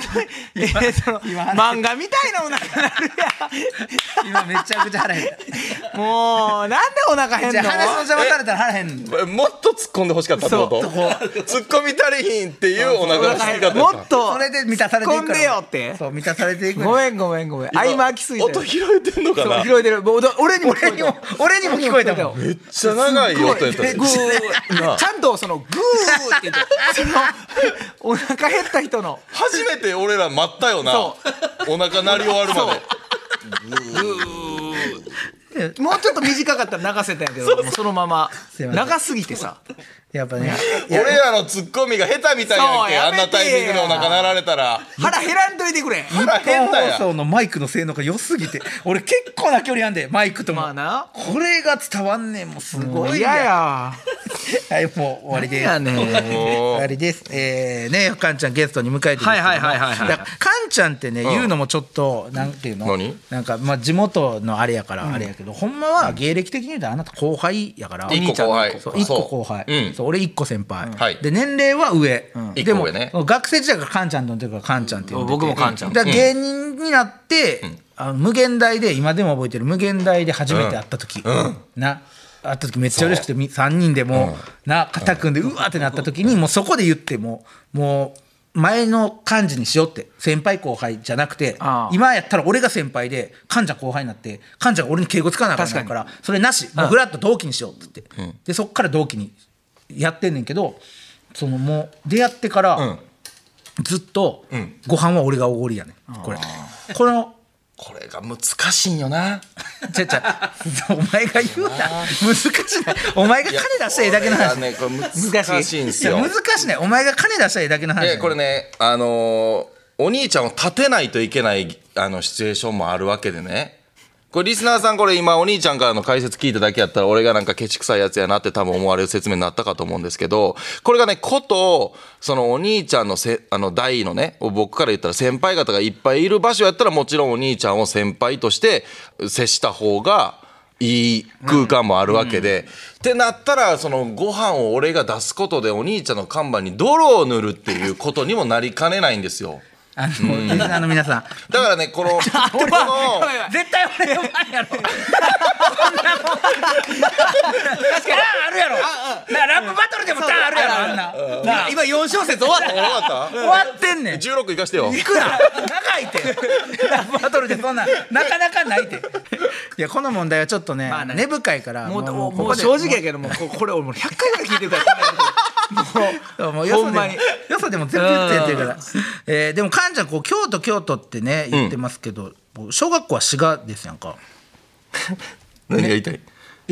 [SPEAKER 3] らんのえーその漫画みたいなお腹なる
[SPEAKER 1] 今めちゃくちゃ腹減っ
[SPEAKER 3] やんもうなんでお腹減
[SPEAKER 1] た
[SPEAKER 3] ん
[SPEAKER 1] じゃ
[SPEAKER 3] の
[SPEAKER 1] あ話の邪魔されたら腹減んの
[SPEAKER 2] もっと突っ込んでほしかったってこと突っ込み足りひんっていうお腹のすき方
[SPEAKER 3] もっと
[SPEAKER 1] それで満たされていくから
[SPEAKER 3] 突っ込んでよって
[SPEAKER 1] そう満たされていく
[SPEAKER 3] ごめんごめんごめん合間空きすぎて
[SPEAKER 2] 音拾えてんのか
[SPEAKER 3] そう
[SPEAKER 2] な
[SPEAKER 3] 拾えてるもうど俺にも聞こえた
[SPEAKER 1] 俺にも聞こえたもん
[SPEAKER 2] めっちゃ長い音やったで
[SPEAKER 3] でグーちゃんとそのグーって言 ってそのお腹減った人の
[SPEAKER 2] 初めて俺ら待ったよな
[SPEAKER 3] そ
[SPEAKER 2] お腹鳴り終わるまで
[SPEAKER 3] もうちょっと短かったら流せたんやけどもうそのまます
[SPEAKER 1] いません
[SPEAKER 3] 長すぎてさ
[SPEAKER 1] やっぱね
[SPEAKER 2] 俺らのツッコミが下手みたいやんけ
[SPEAKER 3] そう
[SPEAKER 2] あ
[SPEAKER 3] や
[SPEAKER 2] ん
[SPEAKER 3] めてや
[SPEAKER 2] なタイミングでお腹鳴られたら
[SPEAKER 3] 腹減らんといてくれ
[SPEAKER 2] 腹
[SPEAKER 1] 日
[SPEAKER 2] 減
[SPEAKER 1] 本
[SPEAKER 2] ったやん
[SPEAKER 1] 放送のマイクの性能が良すぎて俺結構な距離あんでマイクとも、
[SPEAKER 3] まあな
[SPEAKER 1] これが伝わんねんもうすごい
[SPEAKER 3] 嫌
[SPEAKER 1] や
[SPEAKER 3] や
[SPEAKER 1] はいもう終わりで
[SPEAKER 3] 嫌
[SPEAKER 1] す
[SPEAKER 3] やね
[SPEAKER 1] 終わりですえー、ねカンちゃんゲストに迎えてるんですけども
[SPEAKER 3] はいはいはいはいはい
[SPEAKER 1] だからカンちゃんってね、
[SPEAKER 2] ん
[SPEAKER 1] 言うのもちょっとなんていうの
[SPEAKER 2] 何
[SPEAKER 1] なんかまあ地元のあれやからあれやけど、ほんまは芸歴的に言うとあなた後輩やから
[SPEAKER 2] 一個後輩
[SPEAKER 1] そう1個後輩、
[SPEAKER 2] うん
[SPEAKER 1] そう俺1個先輩、
[SPEAKER 2] はい
[SPEAKER 1] で年齢は上、で
[SPEAKER 2] 一個
[SPEAKER 1] も
[SPEAKER 2] 上ね
[SPEAKER 1] 学生時代からカンちゃんの時からカンちゃんって呼んでて
[SPEAKER 3] 僕もカンちゃん
[SPEAKER 1] だから芸人になって、あの無限大で今でも覚えてる無限大で初めて会った時、な会った時めっちゃ嬉しくてみ3人でもう、な肩組んでうわーってなった時にもうそこで言ってもうもう前の感じにしようって先輩後輩じゃなくて
[SPEAKER 3] ああ
[SPEAKER 1] 今やったら俺が先輩でカンちゃん後輩になってカンちゃんが俺に敬語つかなあかったからそれなしもうフラッと同期にしようって言って、でそっから同期にやってんねんけどそのもう出会ってから、ずっと、ご飯は俺がおごりやねんこれこの
[SPEAKER 2] これが難しいんよな
[SPEAKER 1] ちゃちゃお前が言うな難しいないお前が金出したらええだけの話
[SPEAKER 2] いやこれがねこれ
[SPEAKER 3] 難しい
[SPEAKER 2] 難しいんです
[SPEAKER 1] いや
[SPEAKER 2] よ
[SPEAKER 1] 難しいねお前が金出したらええだけの話
[SPEAKER 2] えこれねあのーお兄ちゃんを立てないといけないあのシチュエーションもあるわけでねこれリスナーさんこれ今お兄ちゃんからの解説聞いただけやったら俺がなんかケチくさいやつやなって多分思われる説明になったかと思うんですけどこれがねことそのお兄ちゃんのせあの代のね僕から言ったら先輩方がいっぱいいる場所やったらもちろんお兄ちゃんを先輩として接した方がいい空間もあるわけで、ってなったらそのご飯を俺が出すことでお兄ちゃんの看板に泥を塗るっていうことにもなりかねないんですよ
[SPEAKER 1] あのリスナーの皆さん
[SPEAKER 2] だからねこのこの
[SPEAKER 1] 絶対俺呼ばんや ろそんなもん確かにあるやろなラップバトルでもターンあるやろあんななあ
[SPEAKER 3] 今4小節終わった
[SPEAKER 2] 終わか
[SPEAKER 1] 終わってんねん
[SPEAKER 2] った16いかしてよ
[SPEAKER 1] 行くな長いてラ ブバトルでそんななかなかないていやこの問題はちょっとね、
[SPEAKER 3] まあね
[SPEAKER 1] 根深いから
[SPEAKER 3] もうもう
[SPEAKER 1] こ
[SPEAKER 3] も
[SPEAKER 1] こ
[SPEAKER 3] う
[SPEAKER 1] で
[SPEAKER 3] 正直やけどもうここれ俺もう100回ぐらい聞いてるからこんなやつ
[SPEAKER 1] もうもうよ
[SPEAKER 3] ほ
[SPEAKER 1] そ
[SPEAKER 3] ん
[SPEAKER 1] でも
[SPEAKER 3] まに
[SPEAKER 1] よそでも全然言ってるから、えーでもカンちゃんこう京都京都ってね言ってますけど、こう小学校は滋賀ですやんか
[SPEAKER 2] 何が言いたい
[SPEAKER 1] い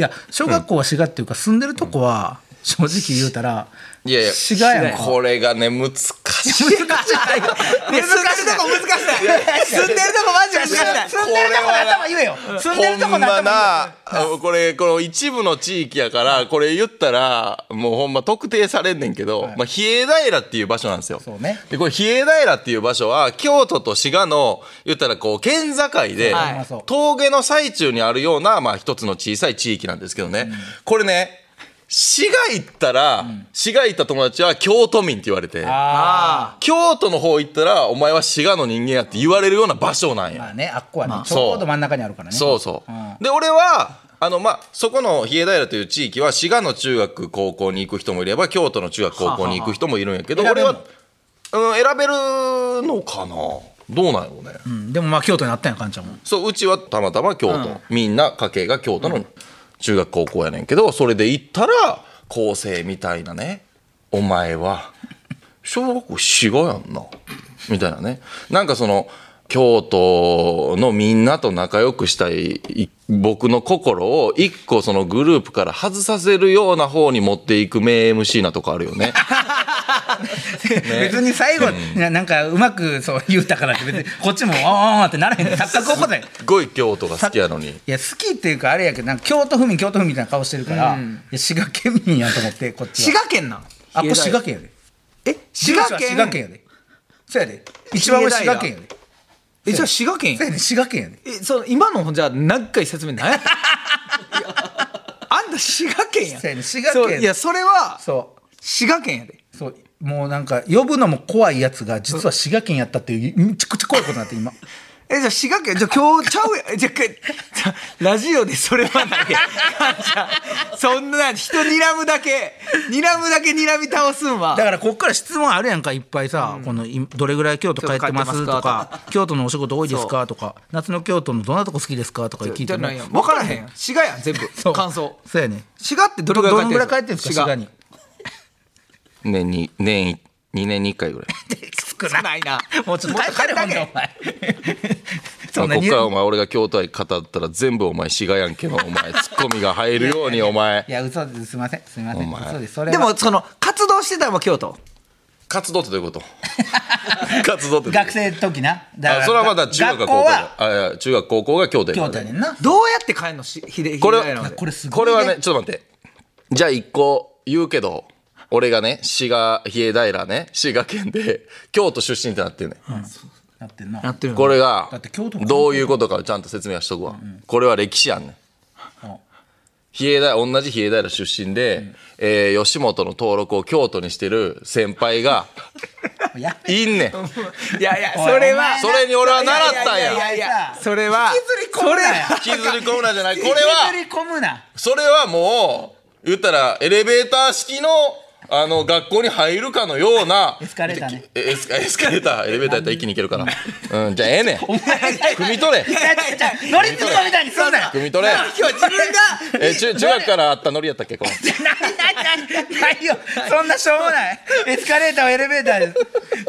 [SPEAKER 1] や小学校は滋賀っていうか住んでるとこは正直言うたら、
[SPEAKER 2] いやいや
[SPEAKER 1] 滋賀やんか
[SPEAKER 2] これがね難しい
[SPEAKER 3] いや住んでるとこ難しない住んでるとこマジ難しない
[SPEAKER 1] 住んでるとこの頭言えよ住んでるとこ
[SPEAKER 2] ほん
[SPEAKER 1] の頭
[SPEAKER 2] ま
[SPEAKER 1] 言えよ
[SPEAKER 2] なこれこの一部の地域やからこれ言ったらもうほんま特定されんねんけど、まあ、比叡平っていう場所なんですよ
[SPEAKER 1] そうね
[SPEAKER 2] でこれ比叡平っていう場所は京都と滋賀の言ったらこう県境で、
[SPEAKER 3] はい
[SPEAKER 2] 峠の最中にあるような、まあ、一つの小さい地域なんですけどね、これね滋賀行ったら、滋賀行った友達は京都民って言われて
[SPEAKER 3] あ
[SPEAKER 2] 京都の方行ったらお前は滋賀の人間やって言われるような場所なんや
[SPEAKER 1] まあねあっこはね、ち
[SPEAKER 2] そう
[SPEAKER 1] ょうど真ん中にあるからね
[SPEAKER 2] そうそ
[SPEAKER 1] う
[SPEAKER 2] う、
[SPEAKER 1] ん
[SPEAKER 2] で俺はあのまあそこの比叡平という地域は滋賀の中学高校に行く人もいれば京都の中学高校に行く人もいるんやけど
[SPEAKER 1] はあはあ
[SPEAKER 2] 俺は、うん、選べるのかなどうなんやろうね、
[SPEAKER 1] うんでもまあ京都にあったんやカンちゃんも
[SPEAKER 2] そううちはたまたま京都、みんな家系が京都の中学高校やねんけどそれで行ったら高生みたいなねお前は小学校4五やんなみたいなねなんかその京都のみんなと仲良くしたいい僕の心を一個そのグループから外させるような方に持っていく名 MC なとこあるよ ね。
[SPEAKER 1] 別に最後、ななんかうまくそう言うたからって別にこっちもああってならへん錯覚起こせんい
[SPEAKER 2] すっごい京都が好きやのに。
[SPEAKER 1] や好きっていうかあれやけどなんか京都府民京都府民みたいな顔してるから、いや滋賀県民やと思ってこっ
[SPEAKER 3] ー
[SPEAKER 1] ちは
[SPEAKER 3] 滋賀県なん
[SPEAKER 1] あこれ滋賀県やで
[SPEAKER 3] え滋
[SPEAKER 1] 住
[SPEAKER 3] 賀
[SPEAKER 1] 所は
[SPEAKER 3] 県
[SPEAKER 1] 滋賀県やでそうやで一番上滋賀県やで
[SPEAKER 3] えじゃあ滋賀県
[SPEAKER 1] そうやね滋賀県やで
[SPEAKER 3] えその今のじゃあ長い説明ないあんた滋賀県やん
[SPEAKER 1] そうやね滋賀県
[SPEAKER 3] そういやそれは
[SPEAKER 1] そ
[SPEAKER 3] 滋賀県やで
[SPEAKER 1] うそうもうなんか呼ぶのも怖いやつが実は滋賀県やったっていうめちゃくちゃ怖いことになって今
[SPEAKER 3] えじゃあ滋賀県じゃあ今日ちゃうやん じゃあけじゃあラジオでそれはないやん じゃあそんな人睨むだけ睨むだけ睨み倒すんは
[SPEAKER 1] だからこっから質問あるやんかいっぱいさ、このいどれぐらい京都帰ってま
[SPEAKER 3] 京
[SPEAKER 1] す
[SPEAKER 3] 都帰ってま
[SPEAKER 1] と
[SPEAKER 3] すか
[SPEAKER 1] か京都のお仕事多いですかとか夏の京都のどんなとこ好きですかとか聞いても
[SPEAKER 3] ないやん分からへんやん滋賀やん全
[SPEAKER 1] そ
[SPEAKER 3] 部
[SPEAKER 1] う
[SPEAKER 3] 感想
[SPEAKER 1] そうやね
[SPEAKER 3] 滋賀ってどれ
[SPEAKER 1] ど
[SPEAKER 3] ぐ
[SPEAKER 1] ど
[SPEAKER 3] らい
[SPEAKER 1] の
[SPEAKER 3] 帰
[SPEAKER 1] ぐ
[SPEAKER 3] っ
[SPEAKER 1] ら
[SPEAKER 3] て
[SPEAKER 1] い帰ってんすか滋賀に
[SPEAKER 2] 年に年2年に1回ぐらい
[SPEAKER 1] 少
[SPEAKER 3] 少ないな
[SPEAKER 1] もうちょっと帰れほんでお前 そんな
[SPEAKER 2] こっ
[SPEAKER 1] に
[SPEAKER 2] からお前俺が京都愛語ったら全部お前滋賀やんけのお 前ツッコミが入るようにお前
[SPEAKER 1] いや嘘ですすいませんすいません
[SPEAKER 2] お前
[SPEAKER 1] 嘘ですそれは
[SPEAKER 3] でもその活動してたのは京都
[SPEAKER 2] 活動ってどういうこと 活動ってどういうこと
[SPEAKER 1] 学生の時なだから
[SPEAKER 2] あそれはまだ中学
[SPEAKER 1] 学
[SPEAKER 2] 高
[SPEAKER 1] 校
[SPEAKER 2] 校
[SPEAKER 1] は
[SPEAKER 2] あいや中学高校が京都
[SPEAKER 1] 京
[SPEAKER 2] や
[SPEAKER 1] 都
[SPEAKER 2] か
[SPEAKER 1] や
[SPEAKER 2] ら
[SPEAKER 1] ね
[SPEAKER 2] ね
[SPEAKER 1] んな
[SPEAKER 3] どうやって帰んのしひで
[SPEAKER 2] これ
[SPEAKER 3] ひでがいので
[SPEAKER 1] これすごい
[SPEAKER 2] これはねちょっと待ってじゃあ一個言うけど俺がね滋賀比叡平ね滋賀県で京都出身ってなってるね、
[SPEAKER 1] なってんな
[SPEAKER 3] やってるの
[SPEAKER 2] これが
[SPEAKER 1] だって京都
[SPEAKER 2] どういうことかをちゃんと説明はしとくわ、これは歴史やんねん
[SPEAKER 1] うん
[SPEAKER 2] 比叡大同じ比叡平出身で、えー吉本の登録を京都にしてる先 輩が
[SPEAKER 1] やめ
[SPEAKER 2] いん ねん
[SPEAKER 3] いやいや
[SPEAKER 1] おい
[SPEAKER 3] それ
[SPEAKER 1] お
[SPEAKER 3] は
[SPEAKER 1] 前
[SPEAKER 2] それに俺は習ったんや
[SPEAKER 3] いやいやいやそれは
[SPEAKER 1] 引きずり込むなや
[SPEAKER 2] 引きずり込むなじゃないこれ
[SPEAKER 1] 引
[SPEAKER 2] は
[SPEAKER 1] きずり込むな
[SPEAKER 2] それはもう言ったらエレベーター式のあの学校に入るかのような
[SPEAKER 1] エスカレーターね
[SPEAKER 2] えエスカエスカレーターエレベーターやったら一気に行けるかなうんじゃあええねん汲み取れ
[SPEAKER 1] いやいやいや乗り継ぎみたいにすんなよ
[SPEAKER 2] 汲み取れ
[SPEAKER 3] 今日自分が
[SPEAKER 2] え中中学からあったノリやったっ けこの
[SPEAKER 1] 何ないよそんなしょうもないエスカレーターをエレベーターで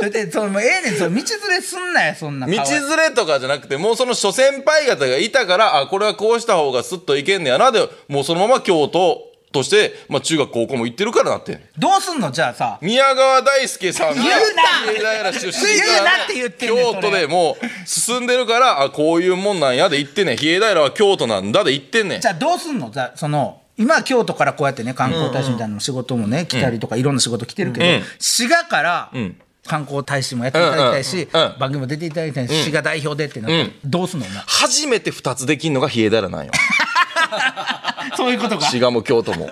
[SPEAKER 1] だってそのもうええねんその道連れすんなよそんな
[SPEAKER 2] 道
[SPEAKER 1] 可愛い
[SPEAKER 2] 連れとかじゃなくてもうその諸先輩方がいたからあこれはこうした方がスッといけんねやなでもうそのまま京都として、まあ、中学高校も行ってるからなってん
[SPEAKER 1] どうすんのじゃあさ
[SPEAKER 2] 宮川大輔さんが
[SPEAKER 1] 言うな
[SPEAKER 2] 平平出身
[SPEAKER 1] 言うなって言ってんねんそ
[SPEAKER 2] 京
[SPEAKER 1] れ
[SPEAKER 2] 都でもう進んでるからあこういうもんなんやで行ってんねん比叡平は京都なんだで行ってんねん
[SPEAKER 1] じゃあどうすんのじゃあその今京都からこうやってね観光大使みたいなの仕事もね来たりとかいろんな仕事来てるけど、
[SPEAKER 2] うん
[SPEAKER 1] 滋賀から
[SPEAKER 2] ん
[SPEAKER 1] 観光大使もやっていただきたいし、
[SPEAKER 2] うんうんうん
[SPEAKER 1] 番組も出ていただきたいし、滋賀代表でってなって、どうすんのお前
[SPEAKER 2] 初めて2つできんのが比叡 平なんよ
[SPEAKER 1] そういうことか
[SPEAKER 2] 滋賀も京都も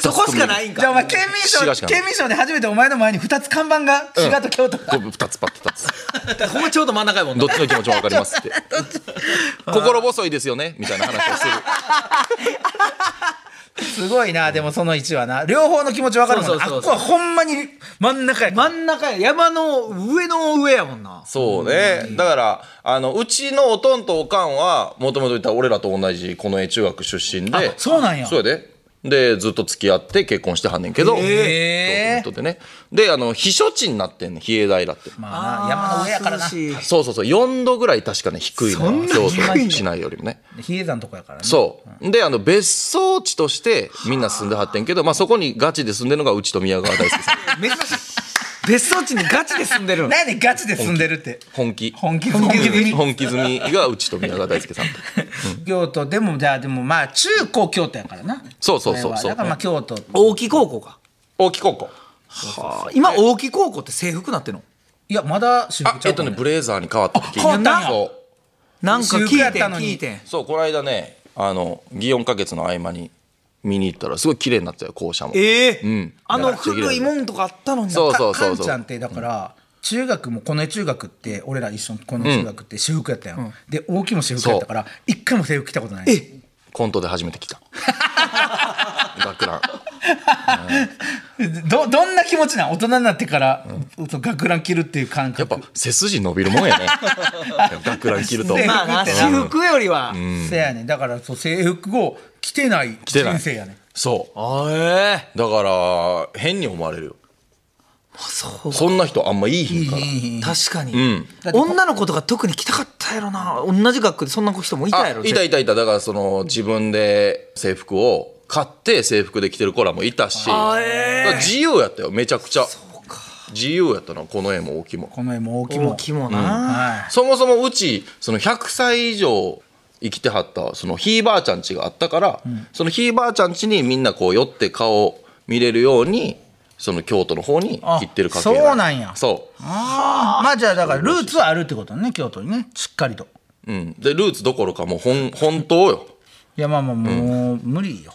[SPEAKER 3] そこしかないん
[SPEAKER 1] じゃあ
[SPEAKER 3] か
[SPEAKER 1] お前県民
[SPEAKER 2] 滋賀し
[SPEAKER 1] 賞
[SPEAKER 2] かない
[SPEAKER 1] 県民賞で初めてお前の前に2つ看板が滋賀と京都だ、
[SPEAKER 2] 2つパッて立つ
[SPEAKER 3] ここちょうど真ん中やもん
[SPEAKER 2] どっちの気持ちも分かります って心細いですよねみたいな話をする
[SPEAKER 1] すごいなでもその1はな両方の気持ち分かるもんな
[SPEAKER 3] そうそうそうそう
[SPEAKER 1] あっこはほんまに真ん中やから
[SPEAKER 3] 真ん中や山の上の上やもんな
[SPEAKER 2] そうね、だからあのうちのおとんとおかんはもともと言ったら俺らと同じこの絵中学出身で
[SPEAKER 1] あそうなんや
[SPEAKER 2] そうやででずっと付き合って結婚してはんねんけど
[SPEAKER 1] へー
[SPEAKER 2] 京都でねであの避暑地になってんねん比叡平って、
[SPEAKER 1] まあな山の上やからな
[SPEAKER 3] 涼しい
[SPEAKER 2] そうそうそう4度ぐらい確かね低いの
[SPEAKER 3] そん
[SPEAKER 2] よ
[SPEAKER 3] な
[SPEAKER 2] 京
[SPEAKER 3] 低いの
[SPEAKER 2] 都市内よりもね
[SPEAKER 1] 比叡山とこやからね
[SPEAKER 2] そうであの別荘地としてみんな住んではってんけど、まあ、そこにガチで住んでるのがうちと宮川大 輔さん
[SPEAKER 3] 珍しい別荘地にガチで住んでる
[SPEAKER 1] 何でガチで住んでるって
[SPEAKER 2] 本気
[SPEAKER 1] 本気本気住み
[SPEAKER 2] 本気住みがうちと宮川大 輔さん
[SPEAKER 1] 京都でもじゃあでもまあ中高京都やからな
[SPEAKER 2] そうそうそう
[SPEAKER 1] これは
[SPEAKER 2] そう
[SPEAKER 1] だからまあ京都
[SPEAKER 3] 大木高校か
[SPEAKER 2] 大木高校
[SPEAKER 3] 今大木高校って制服なってんの
[SPEAKER 1] いやまだ私
[SPEAKER 2] あ
[SPEAKER 1] 服ち
[SPEAKER 2] え
[SPEAKER 1] ゃ
[SPEAKER 2] っ
[SPEAKER 1] う
[SPEAKER 2] と
[SPEAKER 1] か
[SPEAKER 2] ね
[SPEAKER 1] も
[SPEAKER 2] ブレザーに変わった時
[SPEAKER 1] あ変わったんや
[SPEAKER 2] そう
[SPEAKER 3] なんか聞
[SPEAKER 1] 私服や
[SPEAKER 3] い
[SPEAKER 1] ってた
[SPEAKER 3] ん
[SPEAKER 1] のに
[SPEAKER 3] 聞いてん
[SPEAKER 2] そうこの間ねあの祇園か月の合間に見に行ったらすごい綺麗になってたよ校舎も
[SPEAKER 3] ええ
[SPEAKER 2] うん
[SPEAKER 3] あの古いもんとかあったのに
[SPEAKER 2] そうそう
[SPEAKER 1] か
[SPEAKER 2] そ
[SPEAKER 1] ん
[SPEAKER 2] うそう
[SPEAKER 1] ちゃんってだから中学もこの中学って俺ら一緒のこの中学って私服やったやん、で大きいも私服やったから一回も制服着たことない
[SPEAKER 3] え
[SPEAKER 2] コントで初めて来た 学ラン
[SPEAKER 1] どどんな気持ちなん大人になってから、そう学ラン着るっていう感
[SPEAKER 2] やっ
[SPEAKER 1] 覚
[SPEAKER 2] ぱ背筋伸びるもんやね 学ラン着ると
[SPEAKER 1] 制服
[SPEAKER 3] まあな
[SPEAKER 1] 制
[SPEAKER 3] 私服よりは
[SPEAKER 1] せやねだからそう制服を着てない
[SPEAKER 2] 着てない
[SPEAKER 1] 人生やね
[SPEAKER 2] そ
[SPEAKER 3] あえ
[SPEAKER 2] うだから変に思われるよ
[SPEAKER 3] そう
[SPEAKER 2] そんな人あんまいいひんから
[SPEAKER 3] 確かに、
[SPEAKER 2] うん
[SPEAKER 3] 女の子とか特に来たかったやろな同じ学区でそんな人もいた
[SPEAKER 2] あ
[SPEAKER 3] やろ
[SPEAKER 2] いたいたいただからその自分で制服を買って制服で着てる子らもいたし
[SPEAKER 3] あえ
[SPEAKER 2] だから自由やったよめちゃくちゃ自由やったなこの絵も大きいも
[SPEAKER 1] この絵も大きいも
[SPEAKER 3] 大きいもんな、
[SPEAKER 1] は
[SPEAKER 2] そもそもうちその100歳以上生きてはったそのひいばあちゃん家があったから、そのひいばあちゃん家にみんなこう寄って顔を見れるようにその京都の方に
[SPEAKER 1] あ
[SPEAKER 2] 行ってる家系
[SPEAKER 1] そうなんや
[SPEAKER 2] そう
[SPEAKER 1] あーまあじゃあだからルーツはあるってことね京都にねしっかりと
[SPEAKER 2] うんでルーツどころかもう本本当よ
[SPEAKER 1] いやまあまあもう無理よ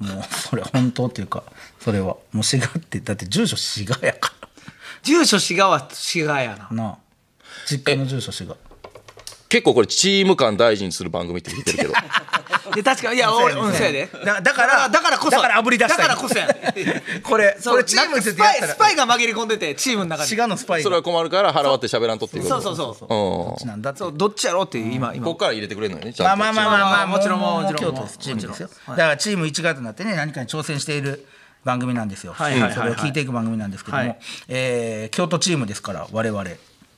[SPEAKER 1] もうそれ本当っていうかそれはもう滋賀ってだって住所滋賀やか
[SPEAKER 3] 住所滋賀は滋賀やな
[SPEAKER 1] らなあ実家の住所滋賀
[SPEAKER 2] 結構これチーム感大事にする番組って聞いてるけ ど
[SPEAKER 3] で確かにいや俺うんそうやで
[SPEAKER 1] だだから
[SPEAKER 3] だからこそ
[SPEAKER 1] だから炙り出したい
[SPEAKER 3] だからこそや
[SPEAKER 1] これ
[SPEAKER 3] そう
[SPEAKER 1] これチームについ
[SPEAKER 3] ス
[SPEAKER 1] てやっ
[SPEAKER 3] パイ
[SPEAKER 1] たら
[SPEAKER 3] スパイが紛れ込んでてチームの中に
[SPEAKER 1] 滋賀のスパイが
[SPEAKER 2] それは困るから腹割って喋らんとっていうこ
[SPEAKER 3] そ
[SPEAKER 2] と
[SPEAKER 3] うそうそ
[SPEAKER 2] う
[SPEAKER 3] う
[SPEAKER 2] ん
[SPEAKER 1] こっちなんだって
[SPEAKER 3] そうどっちやろうっていう今今
[SPEAKER 2] こっから入れてくれるのよねち
[SPEAKER 1] ま
[SPEAKER 2] ゃ
[SPEAKER 1] あ
[SPEAKER 2] んと
[SPEAKER 1] まあまあまあまあ
[SPEAKER 3] もちろんもちろ
[SPEAKER 1] 京
[SPEAKER 3] ん
[SPEAKER 1] 都ですチームですよだからチーム一丸となってね何かに挑戦している番組なんですよそ
[SPEAKER 3] は
[SPEAKER 1] れ
[SPEAKER 3] いはいはいはい
[SPEAKER 1] を聞いていく番組なんですけど
[SPEAKER 3] は
[SPEAKER 1] も
[SPEAKER 3] い
[SPEAKER 1] えー京都チームですから我々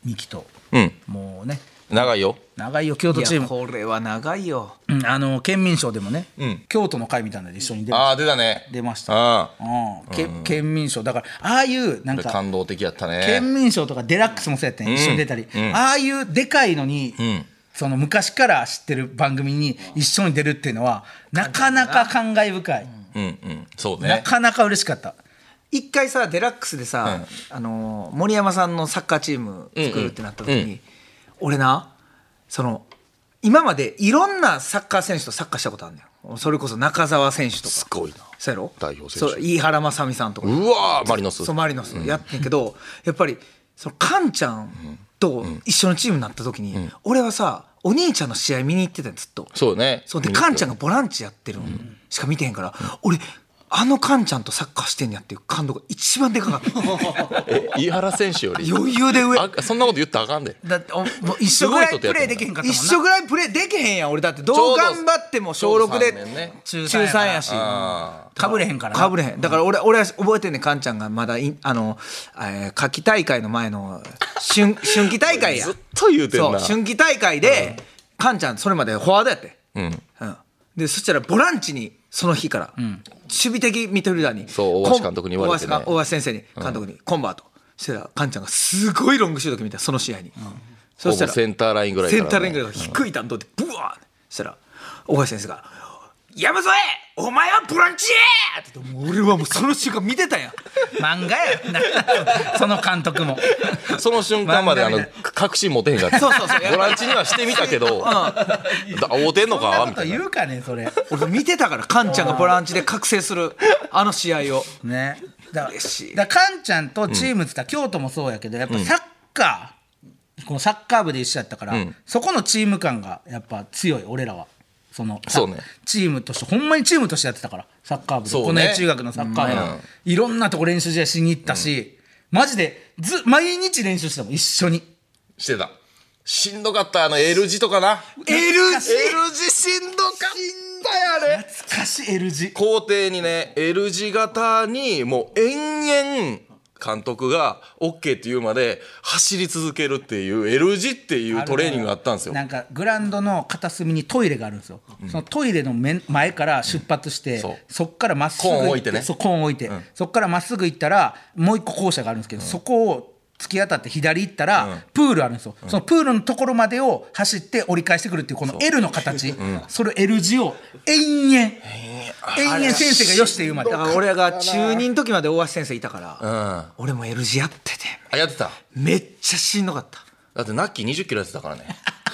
[SPEAKER 1] ミキと
[SPEAKER 2] うん
[SPEAKER 1] もうね
[SPEAKER 2] 長いよ
[SPEAKER 1] 長いよ京都チ
[SPEAKER 3] い
[SPEAKER 1] ー
[SPEAKER 3] や
[SPEAKER 1] ム
[SPEAKER 3] これは長いよ
[SPEAKER 1] うんあの県民賞でもね
[SPEAKER 2] うん
[SPEAKER 1] 京都の会みたいなので一緒に出ま
[SPEAKER 2] ああ出たね
[SPEAKER 1] 出ました
[SPEAKER 2] ああ
[SPEAKER 1] うんけ県民賞だからああいうなん
[SPEAKER 2] これ
[SPEAKER 1] か
[SPEAKER 2] 感動的やった
[SPEAKER 1] 県
[SPEAKER 2] ね
[SPEAKER 1] 民賞とかデラックスもそうやってん、
[SPEAKER 2] うん
[SPEAKER 1] 一緒に出たり、
[SPEAKER 2] うん
[SPEAKER 1] ああいうでかいのに、
[SPEAKER 2] ん
[SPEAKER 1] その昔から知ってる番組に一緒に出るっていうのはなかなか感慨深い、
[SPEAKER 2] うんうんそう
[SPEAKER 1] な
[SPEAKER 2] ね
[SPEAKER 1] かなか嬉しかった
[SPEAKER 3] 一回さデラックスでさ、あのー森山さんのサッカーチーム作るってなった時に、
[SPEAKER 2] うんうん
[SPEAKER 3] 俺なその今までいろんなサッカー選手とサッカーしたことあるんだよそれこそ中澤選手とか
[SPEAKER 2] すごいな
[SPEAKER 3] そうやろ
[SPEAKER 2] 代表選手
[SPEAKER 3] そう飯原正美さんとか
[SPEAKER 2] うわーマリノス
[SPEAKER 3] そうマリノスやってんけど、やっぱりそのカンちゃんと一緒のチームになった時に、俺はさお兄ちゃんの試合見に行ってたよずっと
[SPEAKER 2] そうね
[SPEAKER 3] そうでカンちゃんがボランチやってるのしか見てへんから、俺あのカンちゃんとサッカーしてんやっていう感動が一番でかかった
[SPEAKER 2] え飯原選手より
[SPEAKER 3] 余裕で上
[SPEAKER 2] あそんなこと言ったらあかんで
[SPEAKER 1] だっておもう一緒ぐらいプレーできへんかったもん
[SPEAKER 3] 一
[SPEAKER 1] な
[SPEAKER 3] 緒ぐらいプレーできへんやん俺だってど
[SPEAKER 2] ちょうど
[SPEAKER 3] う頑張っても小
[SPEAKER 2] ち
[SPEAKER 3] 6
[SPEAKER 2] ょうど三年
[SPEAKER 3] で
[SPEAKER 2] ね
[SPEAKER 3] 中
[SPEAKER 1] 中三
[SPEAKER 3] 3
[SPEAKER 1] や
[SPEAKER 3] やし
[SPEAKER 2] あ
[SPEAKER 1] かぶれへんからな
[SPEAKER 3] かぶれへんだから俺俺は覚えてんねんカンちゃんがまだいあの、えー夏季大会の前の春 春季大会や
[SPEAKER 2] ずっと言うてん
[SPEAKER 3] そう
[SPEAKER 2] な
[SPEAKER 3] 春季大会で、カンちゃんそれまでフォワードやって、
[SPEAKER 2] あうん
[SPEAKER 3] うん、でそしたらボランチにその日から、守備的ミドルダーに
[SPEAKER 2] そう
[SPEAKER 3] コン
[SPEAKER 2] 大橋監督に言われてね
[SPEAKER 3] 大橋が大橋先生に監督に、コンバートしてたらカンちゃんがすごいロングシュート決めたその試合に、そしたら
[SPEAKER 2] ほぼセンターラインぐらいか
[SPEAKER 3] セ
[SPEAKER 2] ら
[SPEAKER 3] ン
[SPEAKER 2] ね
[SPEAKER 3] ターラインぐらいから低い弾道でブワーってそしたら大橋先生が「山添お前はボランチや!」って言ってもう俺はもうその瞬間見てたやん
[SPEAKER 1] 漫画やなその監督も
[SPEAKER 2] その瞬間まであ
[SPEAKER 1] 漫画
[SPEAKER 2] の
[SPEAKER 1] み
[SPEAKER 2] 確信持てへんかった
[SPEAKER 3] そうそうそう
[SPEAKER 2] ボランチにはしてみたけど会うてんの
[SPEAKER 1] そんな
[SPEAKER 2] か
[SPEAKER 1] こ
[SPEAKER 2] みた
[SPEAKER 1] と
[SPEAKER 2] いな
[SPEAKER 1] 言うかねそれ
[SPEAKER 3] 俺見てたからカンちゃんがボランチで覚醒するあの試合を
[SPEAKER 1] ねだ
[SPEAKER 3] 嬉しい
[SPEAKER 1] だからカンちゃんとチームっつったら、京都もそうやけどやっぱサッカー、このサッカー部で一緒やったから、
[SPEAKER 2] うん
[SPEAKER 1] そこのチーム感がやっぱ強い俺らはその
[SPEAKER 2] そうね
[SPEAKER 1] チームとしてほんまにチームとしてやってたからサッカー部で、
[SPEAKER 2] そうね
[SPEAKER 1] この中学のサッカー部、
[SPEAKER 2] うん
[SPEAKER 1] いろんなとこ練習試合しに行ったし、マジでず毎日練習してたもん一緒に
[SPEAKER 2] してたしんどかったあの L 字とかな
[SPEAKER 3] L 字
[SPEAKER 2] L 字しんどかったやれ
[SPEAKER 1] 懐かしい L 字
[SPEAKER 2] 校庭にね L 字型にもう延々監督が OK って言うまで走り続けるっていう L 字っていうトレーニングがあったんですよ
[SPEAKER 1] なんかグラウンドの片隅にトイレがあるんですよ、そのトイレの面前から出発して、
[SPEAKER 2] そう
[SPEAKER 1] そっからまっすぐ
[SPEAKER 2] コーン
[SPEAKER 1] 行
[SPEAKER 2] 置
[SPEAKER 1] っ
[SPEAKER 2] いてね
[SPEAKER 1] そうコーン置いて、そっからまっすぐ行ったらもう一個校舎があるんですけど、そこを突き当たって左行ったら、プールあるんですよ、そのプールのところまでを走って折り返してくるっていうこの L の形そ,、れを L 字を延々延々先生がよしって言うまで
[SPEAKER 3] だから俺が中2の時まで大橋先生いたから、
[SPEAKER 2] うん
[SPEAKER 3] 俺も L 字やってて
[SPEAKER 2] あやってた
[SPEAKER 3] めっちゃしんどかった
[SPEAKER 2] だってナッキー2 0キロやってたからね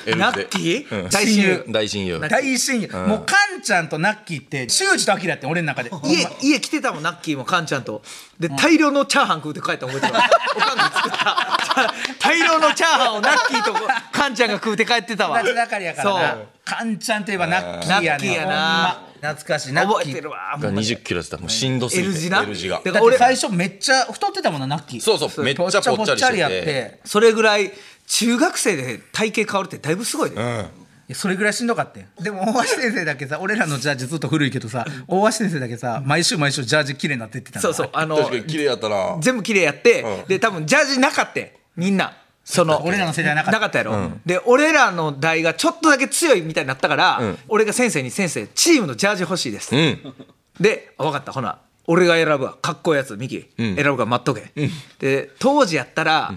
[SPEAKER 2] L 字で
[SPEAKER 3] ナッキー、
[SPEAKER 2] うん
[SPEAKER 3] 大親友
[SPEAKER 2] 大親友
[SPEAKER 1] 大親友、もうカンちゃんとナッキーって修二とアキラって俺の中で
[SPEAKER 3] 家家来てたもんナッキーもカンちゃんとで大量のチャーハン食うて帰ったの覚えてるおかんが作ったた大量のチャーハンをナッキーとカンちゃんが食うて帰ってたわ
[SPEAKER 1] 立ち盛りやからなカンちゃんといえばナッキーやね
[SPEAKER 3] ナッキーやな
[SPEAKER 1] ほんま懐かしい
[SPEAKER 3] そ
[SPEAKER 1] ナ
[SPEAKER 3] う
[SPEAKER 1] ッ
[SPEAKER 3] 覚
[SPEAKER 1] キ
[SPEAKER 3] えてる
[SPEAKER 1] ー
[SPEAKER 3] わ
[SPEAKER 2] が20キロやってたもうしんどすぎて
[SPEAKER 3] L 字な
[SPEAKER 2] L 字が
[SPEAKER 3] で
[SPEAKER 1] だって最初めっちゃ太ってたもんなナッキー
[SPEAKER 2] そうそうめっちゃぽっちゃりしてて
[SPEAKER 1] やって
[SPEAKER 3] それぐらい中学生で体型変わるってだいぶすごいで、
[SPEAKER 1] いやそれぐらいしんどかったよでも大橋先生だけさ俺らのジャージずっと古いけどさ大橋先生だけさ毎週毎週ジャージ綺麗になってってたんだ
[SPEAKER 3] そうそうあの
[SPEAKER 2] 確かに綺麗やったな
[SPEAKER 3] 全部綺麗やって、
[SPEAKER 2] うん
[SPEAKER 3] で多分ジャージなかったよみんなそ の
[SPEAKER 1] 俺らの世代なかった
[SPEAKER 3] なかったやろ、で俺らの代がちょっとだけ強いみたいになったから、
[SPEAKER 2] ん
[SPEAKER 3] 俺が先生に「先生チームのジャージ欲しいです」
[SPEAKER 2] うん
[SPEAKER 3] で「分かったほな俺が選ぶわかっこいいやつミキ、選ぶから待っとけ」で当時やったら、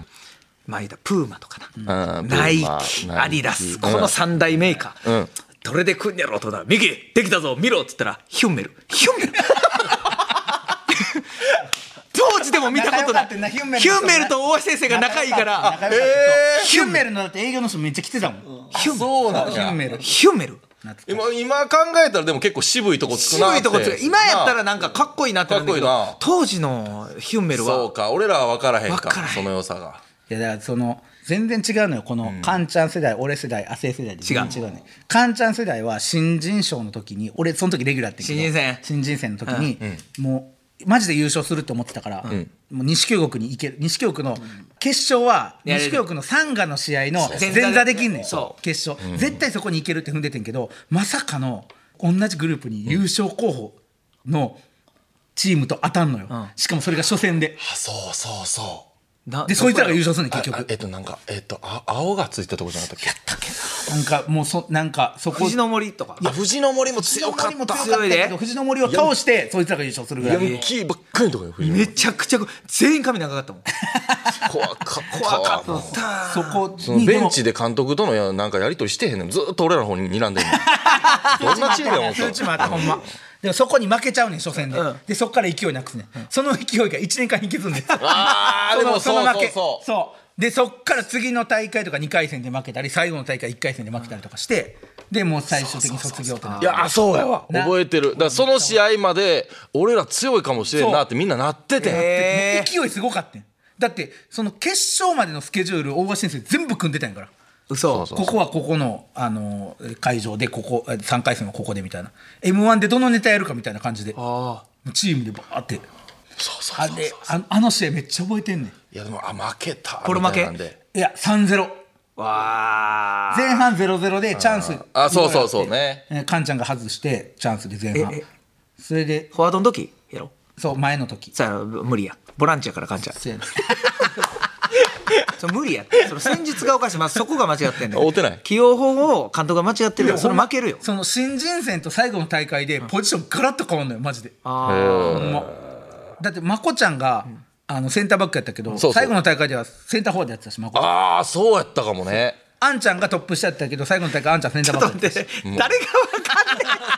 [SPEAKER 3] まあ言うたらプーマとかな、
[SPEAKER 2] うん
[SPEAKER 3] ナイ
[SPEAKER 2] プーマ
[SPEAKER 3] キ
[SPEAKER 2] ナイキ
[SPEAKER 3] アディダス
[SPEAKER 2] うん
[SPEAKER 3] この三大メーカー、
[SPEAKER 2] うん
[SPEAKER 3] どれで来んやろうと思ったら「ミキできたぞ見ろ」っつったら「ヒュンメルヒュンメル」当ジでも見たこと
[SPEAKER 1] 仲良か
[SPEAKER 3] ない
[SPEAKER 1] ったなヒュンメルの
[SPEAKER 3] ヒュンメルと大橋先生が仲いいから
[SPEAKER 1] 仲良かったそうヒュンメルのだって営業の人めっちゃ来てたもん。
[SPEAKER 2] あそうなん
[SPEAKER 1] ヒュンメ
[SPEAKER 2] や
[SPEAKER 1] ル。
[SPEAKER 3] ヒュンメル
[SPEAKER 2] 今今考えたらでも結構渋いとこつくな
[SPEAKER 3] 渋
[SPEAKER 2] って
[SPEAKER 3] いとこつく今やったらなんかかっこいいなってなるんだけ
[SPEAKER 2] かっこいい
[SPEAKER 3] ど
[SPEAKER 2] な
[SPEAKER 3] 当時のヒュンメル
[SPEAKER 2] そう
[SPEAKER 3] は
[SPEAKER 2] か俺らは分からへんか
[SPEAKER 3] 分からへん
[SPEAKER 2] その良さが
[SPEAKER 1] いやだからその全然違うのよこのカンちゃん世代、俺世代亜生世代で全然違うねカンちゃん世代は新人賞の時に俺その時レギュラーやってんけど
[SPEAKER 3] 新人戦
[SPEAKER 1] 新人戦の時に、もうマジで優勝するって思ってたから、もう西京極に行ける西京極の決勝は
[SPEAKER 3] やれる
[SPEAKER 1] 西京極のサンガの試合の
[SPEAKER 3] そう
[SPEAKER 1] 前座できんねん
[SPEAKER 3] そ
[SPEAKER 1] 決勝、絶対そこに行けるって踏んでてんけどまさかの同じグループに優勝候補のチームと当たんのよ、しかもそれが初戦で
[SPEAKER 2] あそうそうそ
[SPEAKER 3] な
[SPEAKER 1] でそいつらが優勝するねん結
[SPEAKER 2] うあ
[SPEAKER 1] 局
[SPEAKER 2] えっとなんかえっとあ青がついたとこじゃなかったっけ
[SPEAKER 1] なんかもうそなんかそこ
[SPEAKER 3] 藤の森とか
[SPEAKER 2] あ藤の森も強かっ
[SPEAKER 1] 藤森も
[SPEAKER 2] た
[SPEAKER 1] 強かったけど藤の森を倒してそいつらが優勝するぐら
[SPEAKER 2] ヤ
[SPEAKER 1] い
[SPEAKER 2] ンキーばっかりのとこよ藤の
[SPEAKER 3] め
[SPEAKER 2] 森
[SPEAKER 3] ちゃくちゃ全員髪長かったもん
[SPEAKER 2] 怖かった
[SPEAKER 3] 怖か
[SPEAKER 2] もう
[SPEAKER 3] った
[SPEAKER 1] そこ
[SPEAKER 2] その
[SPEAKER 1] にで
[SPEAKER 2] ベ
[SPEAKER 1] も
[SPEAKER 2] ンチで監督とのやなんかやり取りしてへんのずーっと俺らの方に睨んでんのどんなチームやもん
[SPEAKER 1] 数値もあったほんまでもそこに負けちゃうねん初戦で、
[SPEAKER 3] うん
[SPEAKER 1] でそこから勢いなくすねん、その勢いが1年間引きずんで
[SPEAKER 2] あ ーでもそうそうそう
[SPEAKER 1] そうでそっから次の大会とか2回戦で負けたり最後の大会1回戦で負けたりとかしてでもう最終的に卒業となる
[SPEAKER 2] いやそうやわ
[SPEAKER 1] な
[SPEAKER 2] 覚えてるだからその試合まで俺ら強いかもしれんなってみんななってて、
[SPEAKER 3] え
[SPEAKER 1] 勢いすごかったんだってその決勝までのスケジュール大橋先生全部組んでたんやから
[SPEAKER 3] ー嘘
[SPEAKER 2] そう
[SPEAKER 1] ここはここの、あの会場でここ3回戦はここでみたいな m 1でどのネタやるかみたいな感じで
[SPEAKER 3] あ
[SPEAKER 1] チームでバーって
[SPEAKER 2] そうそう
[SPEAKER 1] あ
[SPEAKER 2] そう
[SPEAKER 1] れああの試合めっちゃ覚えてんね
[SPEAKER 2] いやでもあ負けた
[SPEAKER 3] これ負け
[SPEAKER 2] みたいなんで
[SPEAKER 1] んいや3-0
[SPEAKER 3] ーわ
[SPEAKER 1] 前半0-0でチャンス
[SPEAKER 2] あそうそうそうね
[SPEAKER 1] えーカンちゃんが外してチャンスで前
[SPEAKER 3] え
[SPEAKER 1] 半
[SPEAKER 3] え
[SPEAKER 1] それで
[SPEAKER 3] フォワードの時やろ
[SPEAKER 1] そう前の時
[SPEAKER 3] さあ無理やボランチやからかんちゃん
[SPEAKER 1] そうやね
[SPEAKER 3] それ無理やって その戦術がおかしい、まあ、そこが間違ってんだよ
[SPEAKER 2] 合うてない
[SPEAKER 3] 起用法を監督が間違ってるからそれ負けるよ
[SPEAKER 1] その新人戦と最後の大会でポジションガラッと変わんのよマジで
[SPEAKER 3] あ
[SPEAKER 2] え
[SPEAKER 3] ー
[SPEAKER 1] ほ
[SPEAKER 2] ー
[SPEAKER 1] んまだってまこちゃんが、あのセンターバックやったけど
[SPEAKER 2] そうそう
[SPEAKER 1] 最後の大会ではセンターフォワードやってたしまこちゃん
[SPEAKER 2] ああそうやったかもね
[SPEAKER 1] あんちゃんがトップ下やったけど最後の大会あんちゃんセンターバ
[SPEAKER 3] ちょ
[SPEAKER 1] ッ
[SPEAKER 3] っと
[SPEAKER 1] ク
[SPEAKER 3] 待って誰が分かんねえ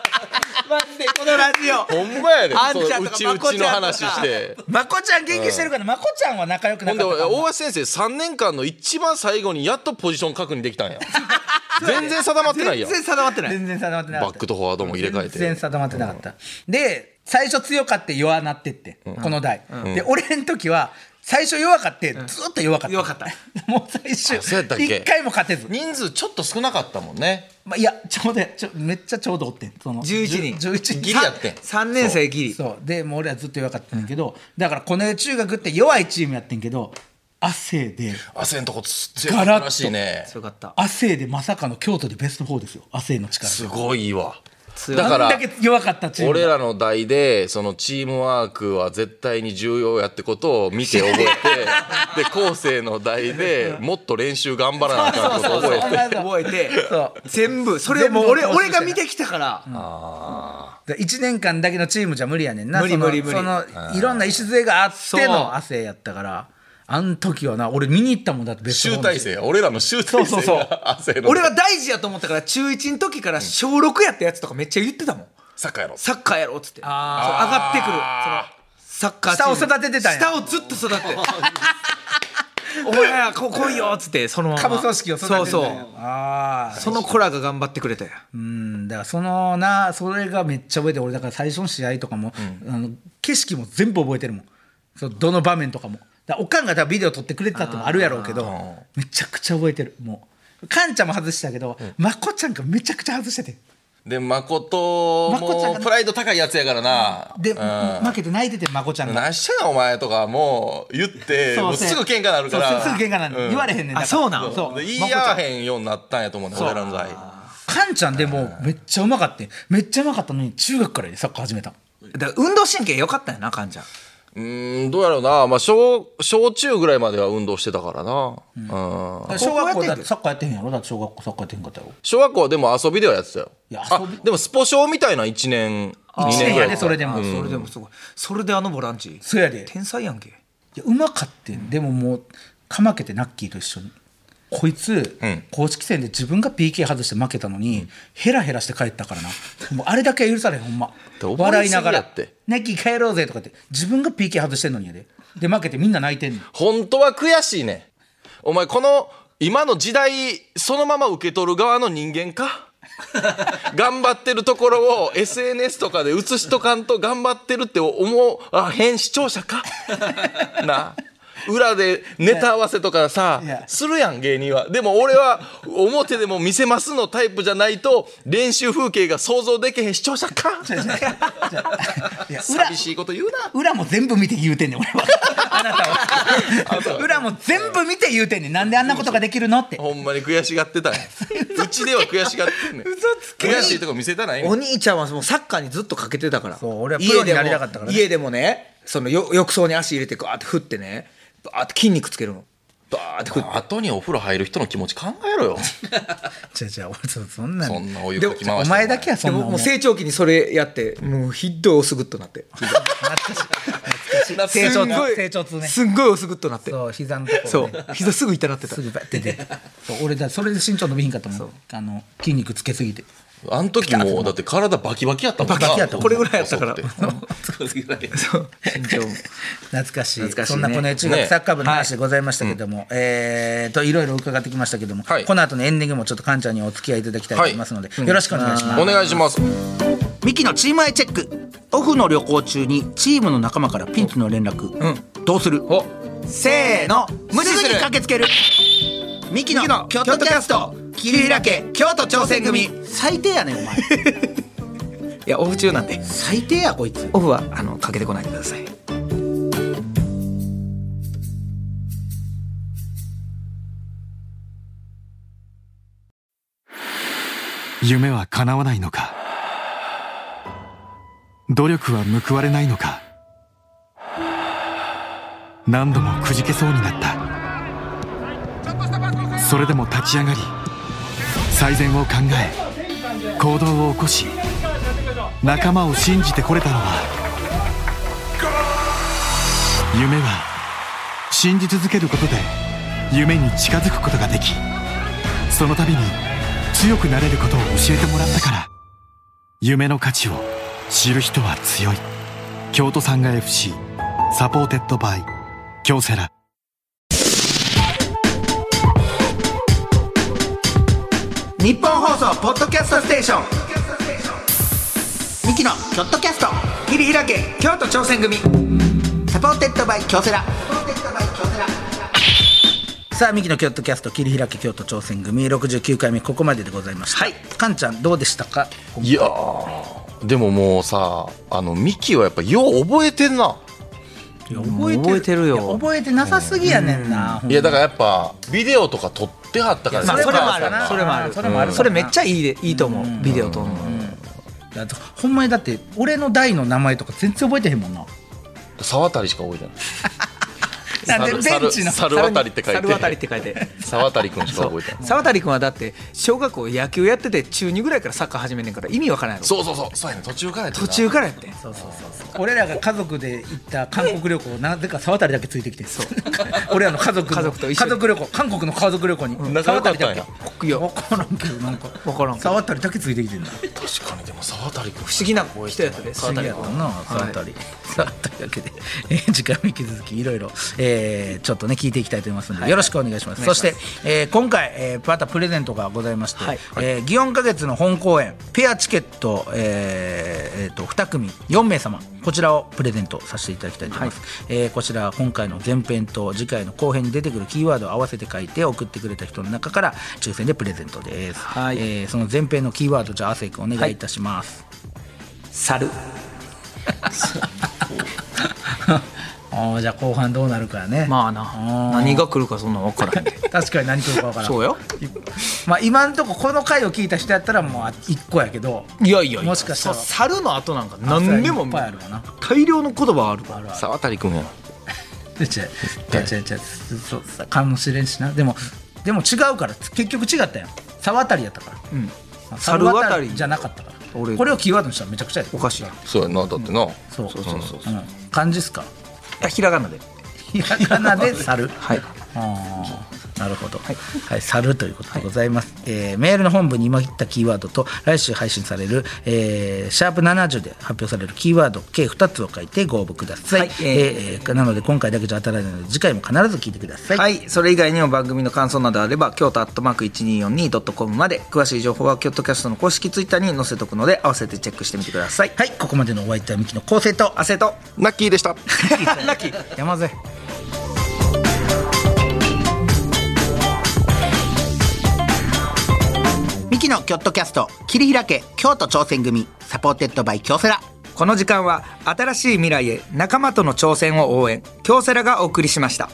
[SPEAKER 3] マ ジでこのラジオ
[SPEAKER 2] ほんまやで
[SPEAKER 3] あん
[SPEAKER 2] そう
[SPEAKER 3] ちゃん
[SPEAKER 2] う
[SPEAKER 3] とか
[SPEAKER 2] ち
[SPEAKER 3] ま
[SPEAKER 2] う
[SPEAKER 3] こ
[SPEAKER 2] ち
[SPEAKER 3] ち
[SPEAKER 2] の
[SPEAKER 3] ゃんとか
[SPEAKER 2] 話して
[SPEAKER 1] まこちゃん元気してるから、まこちゃんは仲良くな
[SPEAKER 2] ほ
[SPEAKER 1] んか
[SPEAKER 2] で
[SPEAKER 1] ったかも
[SPEAKER 2] 大橋先生3年間の一番最後にやっとポジション確認できたんや全然定まってないや
[SPEAKER 3] 全
[SPEAKER 2] ん
[SPEAKER 3] 然定まってない
[SPEAKER 1] 全然定まってなか
[SPEAKER 2] バ
[SPEAKER 1] っ
[SPEAKER 2] ッ
[SPEAKER 1] た
[SPEAKER 2] クとフォワードも入れ替え
[SPEAKER 1] 全然
[SPEAKER 2] て
[SPEAKER 1] 定まってなかった、で最初強かって弱なってって、この代、で俺の時は最初弱かってずっと弱かった、
[SPEAKER 3] 弱かった
[SPEAKER 1] もう最終
[SPEAKER 2] あそうやったっけ
[SPEAKER 1] 一回も勝てず、
[SPEAKER 2] 人数ちょっと少なかったもんね
[SPEAKER 1] まあ、いやちょうどやちょめっちゃちょうどおってんその
[SPEAKER 3] 11人
[SPEAKER 1] 11人
[SPEAKER 2] ギリやってん
[SPEAKER 3] 3年生ギリ
[SPEAKER 1] そうでもう俺はずっと弱かったんやけど、だからこの世中学って弱いチームやってんけど汗で
[SPEAKER 2] 汗んとこつ強かったらしいね
[SPEAKER 3] 強かった
[SPEAKER 1] 汗でまさかの京都でベスト4ですよ汗の力
[SPEAKER 2] すごいわ
[SPEAKER 3] 強い
[SPEAKER 2] だか
[SPEAKER 1] あ
[SPEAKER 2] ら
[SPEAKER 1] んだけ弱かったチーム
[SPEAKER 2] 俺らの代でそのチームワークは絶対に重要やってことを見て覚え てで後世の代でもっと練習頑張らなあかんことを覚えて
[SPEAKER 3] 覚えて
[SPEAKER 1] そう
[SPEAKER 3] 全部それもう俺
[SPEAKER 1] 全部を通
[SPEAKER 3] 俺
[SPEAKER 1] して
[SPEAKER 3] が見てきたから
[SPEAKER 1] 1年間だけのチームじゃ無理やねんな
[SPEAKER 3] 無理
[SPEAKER 1] その
[SPEAKER 3] 無理無理
[SPEAKER 1] そのいろんな礎があって
[SPEAKER 3] そう
[SPEAKER 1] の汗やったからあん時はな俺見に行ったもんだってベスト
[SPEAKER 2] 集
[SPEAKER 1] 4
[SPEAKER 2] 大成俺らの集大
[SPEAKER 1] そう
[SPEAKER 2] 成
[SPEAKER 1] そうそう
[SPEAKER 2] が汗の
[SPEAKER 3] 俺は大事やと思ったから中1の時から小6やったやつとかめっちゃ言ってたもん
[SPEAKER 2] サッカーやろ
[SPEAKER 3] サッカーやろうっつってそう上
[SPEAKER 1] あ
[SPEAKER 3] がってくる
[SPEAKER 2] あ
[SPEAKER 3] そのサッカーチーム
[SPEAKER 1] 下を育ててたんや
[SPEAKER 3] 下をずっと育て てお前らここいよっつってそのまま
[SPEAKER 1] 下部組織を育てて
[SPEAKER 3] そ
[SPEAKER 1] た
[SPEAKER 3] うん
[SPEAKER 1] や
[SPEAKER 3] そう
[SPEAKER 1] ああ
[SPEAKER 3] その子らが頑張ってくれたや
[SPEAKER 1] うんだからそのなそれがめっちゃ覚えてる俺だから最初の試合とかも、あの景色も全部覚えてるもんそうどの場面とかもだからおかんが多分ビデオ撮ってくれてたってもあるやろうけどめちゃくちゃ覚えてるもうかんちゃんも外したけど、まこちゃんがめちゃくちゃ外してて
[SPEAKER 2] で誠
[SPEAKER 1] 誠ちゃん
[SPEAKER 2] も
[SPEAKER 1] が
[SPEAKER 2] プライド高いやつやからな
[SPEAKER 1] で、
[SPEAKER 2] うん
[SPEAKER 1] 負けて泣いててまこちゃんが
[SPEAKER 2] 何してんのお前とかもう言って
[SPEAKER 1] そう
[SPEAKER 2] もうすぐ喧嘩なるから
[SPEAKER 1] そうすすぐ喧嘩なる、
[SPEAKER 2] うん
[SPEAKER 1] 言われへんねんだから
[SPEAKER 3] あそうなん
[SPEAKER 1] そう
[SPEAKER 2] で言い合わへんようになったんやと思うね俺らの代
[SPEAKER 1] カンちゃんでもめっちゃうまかってめっちゃうまかったのに中学からやでサッカー始めた
[SPEAKER 3] だから運動神経良かったよなかんちゃん
[SPEAKER 2] うーんどうやろうな、まあ、小小中ぐらいまでは運動してたからな、うん
[SPEAKER 1] 小学校
[SPEAKER 3] や
[SPEAKER 1] だ
[SPEAKER 3] っ
[SPEAKER 1] ってて
[SPEAKER 3] ん
[SPEAKER 1] サッカーやってへんやろだって小学校サッカーやってへんかったよ
[SPEAKER 2] 小学校はでも遊びではやってたよ
[SPEAKER 1] いや
[SPEAKER 2] あ
[SPEAKER 1] 遊び
[SPEAKER 2] でもスポ少みたいな1年2
[SPEAKER 1] 一
[SPEAKER 2] 年
[SPEAKER 1] 年
[SPEAKER 2] ぐら
[SPEAKER 1] や
[SPEAKER 2] い
[SPEAKER 1] でそれでも、
[SPEAKER 3] あ
[SPEAKER 1] そ
[SPEAKER 3] そ
[SPEAKER 1] れ
[SPEAKER 3] れ
[SPEAKER 1] で
[SPEAKER 3] で
[SPEAKER 1] も
[SPEAKER 3] もすごいそれであのボランチ
[SPEAKER 1] そうやで
[SPEAKER 3] 天才やんけ
[SPEAKER 1] いやうまかってんでももうかまけてナッキーと一緒にこいつ、
[SPEAKER 2] ん
[SPEAKER 1] 公式戦で自分が PK 外して負けたのに、ヘラヘラして帰ったからなもうあれだけは許されへんほんま
[SPEAKER 2] で覚えすぎやって
[SPEAKER 1] 笑いながら「ナッキー帰ろうぜ」とかって自分が PK 外してんのにやでで負けてみんな泣いてんの
[SPEAKER 2] 本当は悔しいねお前この今の時代そのまま受け取る側の人 間か頑張ってるところを SNS とかで映しとかんと頑張ってるって思うあ変視聴 者かなあ裏でネタ合わせとかさ
[SPEAKER 1] いや
[SPEAKER 2] するやん芸人はでも俺は表でも見せますのタイプじゃないと練習風景が想像できへん視聴者 か
[SPEAKER 1] いや裏
[SPEAKER 2] 寂しいこと言うな
[SPEAKER 1] 裏も全部見て言うてんねん俺は あなたは裏も全部見て言うてんねんなんであんなことができるのって
[SPEAKER 2] ほんまに悔しがってたん やうちでは悔しがってんねん悔しいとこ見せたないねん
[SPEAKER 3] お兄ちゃんはもうサッカーにずっとかけてたから
[SPEAKER 1] そう俺はプロになりたかったからね
[SPEAKER 3] 家でも家でもねそのよ浴槽に足入れてガーって振ってねバーって筋肉つけるのバーって振って
[SPEAKER 2] 後にお風呂入る人の気持ち考え ろよ
[SPEAKER 1] じゃじゃ俺そそんな
[SPEAKER 2] そんなお湯かき回して
[SPEAKER 1] お前だけはそ
[SPEAKER 3] で
[SPEAKER 1] んな
[SPEAKER 3] ももう成長期にそれやってもうひどいオスグッとなって
[SPEAKER 1] 成長
[SPEAKER 3] すんごい
[SPEAKER 1] 成長痛ね
[SPEAKER 3] すんごいオスグッとなって
[SPEAKER 1] そう膝のところ、ね、
[SPEAKER 3] そう膝すぐ痛なってた
[SPEAKER 1] すぐバッて出てそう俺だそれで身長伸びひんかったもんあの筋肉つけすぎて
[SPEAKER 2] あの時もうだって体バキバキやったもんな
[SPEAKER 1] バキやった
[SPEAKER 3] これぐらいやったから
[SPEAKER 2] 細くて
[SPEAKER 3] そう身長も
[SPEAKER 1] 懐かしい
[SPEAKER 3] 懐かしいね
[SPEAKER 1] そんなこの中学
[SPEAKER 2] ね
[SPEAKER 1] サッカー部の話でございましたけども、えーといろいろ伺ってきましたけども、
[SPEAKER 2] はい
[SPEAKER 1] この後のエンディングもちょっとカンちゃんにお付き合いいただきたいと思いますので、よろしくお願いします、
[SPEAKER 2] お願いします
[SPEAKER 1] ミキのチームアイチェックオフの旅行中にチームの仲間からピンチの連絡、どうする
[SPEAKER 3] せーの無視
[SPEAKER 1] す
[SPEAKER 3] す
[SPEAKER 1] ぐに
[SPEAKER 3] る
[SPEAKER 1] 駆けつけるミキの京都キャスト桐平家京都挑戦組最低やねんお前
[SPEAKER 3] いやオフ中なんで
[SPEAKER 1] 最低やこいつ
[SPEAKER 3] オフはあのかけてこないでください
[SPEAKER 5] 夢は叶わないのか努力は報われないのか何度もくじけそうになったそれでも立ち上がり最善を考え行動を起こし仲間を信じてこれたのは夢は信じ続けることで夢に近づくことができその度に強くなれることを教えてもらったから夢の価値を知る人は強い京都産が FC サポーテッドバイ京セラ
[SPEAKER 3] 日本放送ポッドキャストステーションミキのキョットキャスト切り開け京都挑戦組サポーテッドバイ京セラ
[SPEAKER 1] さあミキの京都キャスト桐平家京都挑戦組69回目ここまででございましたはいカンちゃんどうでしたか
[SPEAKER 2] いやーでももうさあのミキはやっぱよう覚えてんな
[SPEAKER 1] 覚えてる
[SPEAKER 6] 覚えてるよ
[SPEAKER 1] いや覚えてなさすぎやねんな、ほんま
[SPEAKER 2] いやだからやっぱビデオとか撮ってはったから
[SPEAKER 1] まあそれもあるな
[SPEAKER 3] それもある
[SPEAKER 1] それもある
[SPEAKER 3] それめっちゃいいでいいと思うビデオと思う
[SPEAKER 1] だとほんまにだって俺の代の名前とか全然覚えてへんもんな
[SPEAKER 2] 沢渡りしか覚えて
[SPEAKER 1] な
[SPEAKER 2] なんい
[SPEAKER 1] でベンチの
[SPEAKER 2] 猿渡りって書い
[SPEAKER 3] 猿渡りってて書いて
[SPEAKER 2] 沢渡りくんしか覚えてない
[SPEAKER 3] 沢渡君はだって小学校野球やってて中2ぐらいからサッカー始めんねんから意味わからんやろ
[SPEAKER 2] そうそうそうそうやね途中からやって
[SPEAKER 3] 途中からやってん
[SPEAKER 1] そうそうそうそう俺らが家族で行った韓国旅行なぜか沢渡だけついてきてそう 俺らの家族の
[SPEAKER 3] 家族と一緒に
[SPEAKER 1] 家族旅行韓国の家族旅行に、
[SPEAKER 2] 仲良かったんや
[SPEAKER 1] 沢渡だけ
[SPEAKER 3] いや
[SPEAKER 1] 分からんけどなんか
[SPEAKER 3] わからんけど
[SPEAKER 1] 沢渡だけついてきてんだ
[SPEAKER 2] 確かにでも沢渡りくん
[SPEAKER 3] 不思議な人やったで沢
[SPEAKER 1] 次
[SPEAKER 3] 渡
[SPEAKER 1] やっ
[SPEAKER 3] 君
[SPEAKER 1] たな
[SPEAKER 3] は
[SPEAKER 1] そのあたり、そのあたりだけで、えー時間も引き続きいろいろ、えーちょっとね聞いていきたいと思いますので、よろしくお願いしますそして、えー今回、えーまたプレゼントがございまして、
[SPEAKER 3] はい
[SPEAKER 1] えー祇園花月の本公演ペアチケット、えーえーと2組4名様こちらをプレゼントさせていただきたいと思います、えーこちらは今回の前編と次回の後編に出てくるキーワードを合わせて書いて送ってくれた人の中から抽選でプレゼントです、
[SPEAKER 3] はい
[SPEAKER 1] えーその前編のキーワードじゃあ亜生君お願いいたします、
[SPEAKER 3] 猿
[SPEAKER 1] あーじゃあ後半どうなるかやね
[SPEAKER 3] まあ
[SPEAKER 1] あー
[SPEAKER 3] な何が来るかそんなん分からへんで
[SPEAKER 1] 確かに何来るか分からん
[SPEAKER 3] そうよ
[SPEAKER 1] まあ今んとここの回を聞いた人やったらもう1個やけど
[SPEAKER 3] いやいやいや
[SPEAKER 1] もしかしたら
[SPEAKER 3] さ猿の後なんか何でも
[SPEAKER 1] いっぱいあるわな
[SPEAKER 3] 大量の言葉あるから
[SPEAKER 2] 沢渡りくんや
[SPEAKER 1] でちゃちゃちゃちゃそうさかもしれんしなでもでも違うから結局違ったやん沢渡りやったから、
[SPEAKER 3] ん
[SPEAKER 1] まあ
[SPEAKER 3] 猿渡り
[SPEAKER 1] じゃなかったから
[SPEAKER 3] 俺
[SPEAKER 1] これをキーワードにしたらめちゃくちゃやで
[SPEAKER 3] おかしいな
[SPEAKER 2] そうやなだってな
[SPEAKER 1] そうそう、
[SPEAKER 2] そうそう
[SPEAKER 1] ん、漢字っすか
[SPEAKER 3] いやひらがなで
[SPEAKER 1] ひらがなで猿
[SPEAKER 3] はい
[SPEAKER 1] あーなるほど、はい、猿ということでございます。えーメールの本文に今言ったキーワードと、来週配信される、えーシャープ70で発表されるキーワード、計2つを書いてご応募ください。
[SPEAKER 3] はい
[SPEAKER 1] えーえーなので、今回だけじゃ当たらないので、次回も必ず聞いてください。
[SPEAKER 3] はい、それ以外にも番組の感想などあれば京都アットマーク 1242.com まで詳しい情報は京都キャストの公式ツイッターに載せとくので合わせてチェックしてみてください
[SPEAKER 1] はい、ここまでのお相手はミキの構成と、
[SPEAKER 3] アセと
[SPEAKER 2] ナッキーでした。
[SPEAKER 3] ラッキー
[SPEAKER 1] 山添。
[SPEAKER 7] ミキのキョットキャスト切り開け京都挑戦組サポーテッドバイ京セラ
[SPEAKER 3] この時間は新しい未来へ仲間との挑戦を応援京セラがお送りしました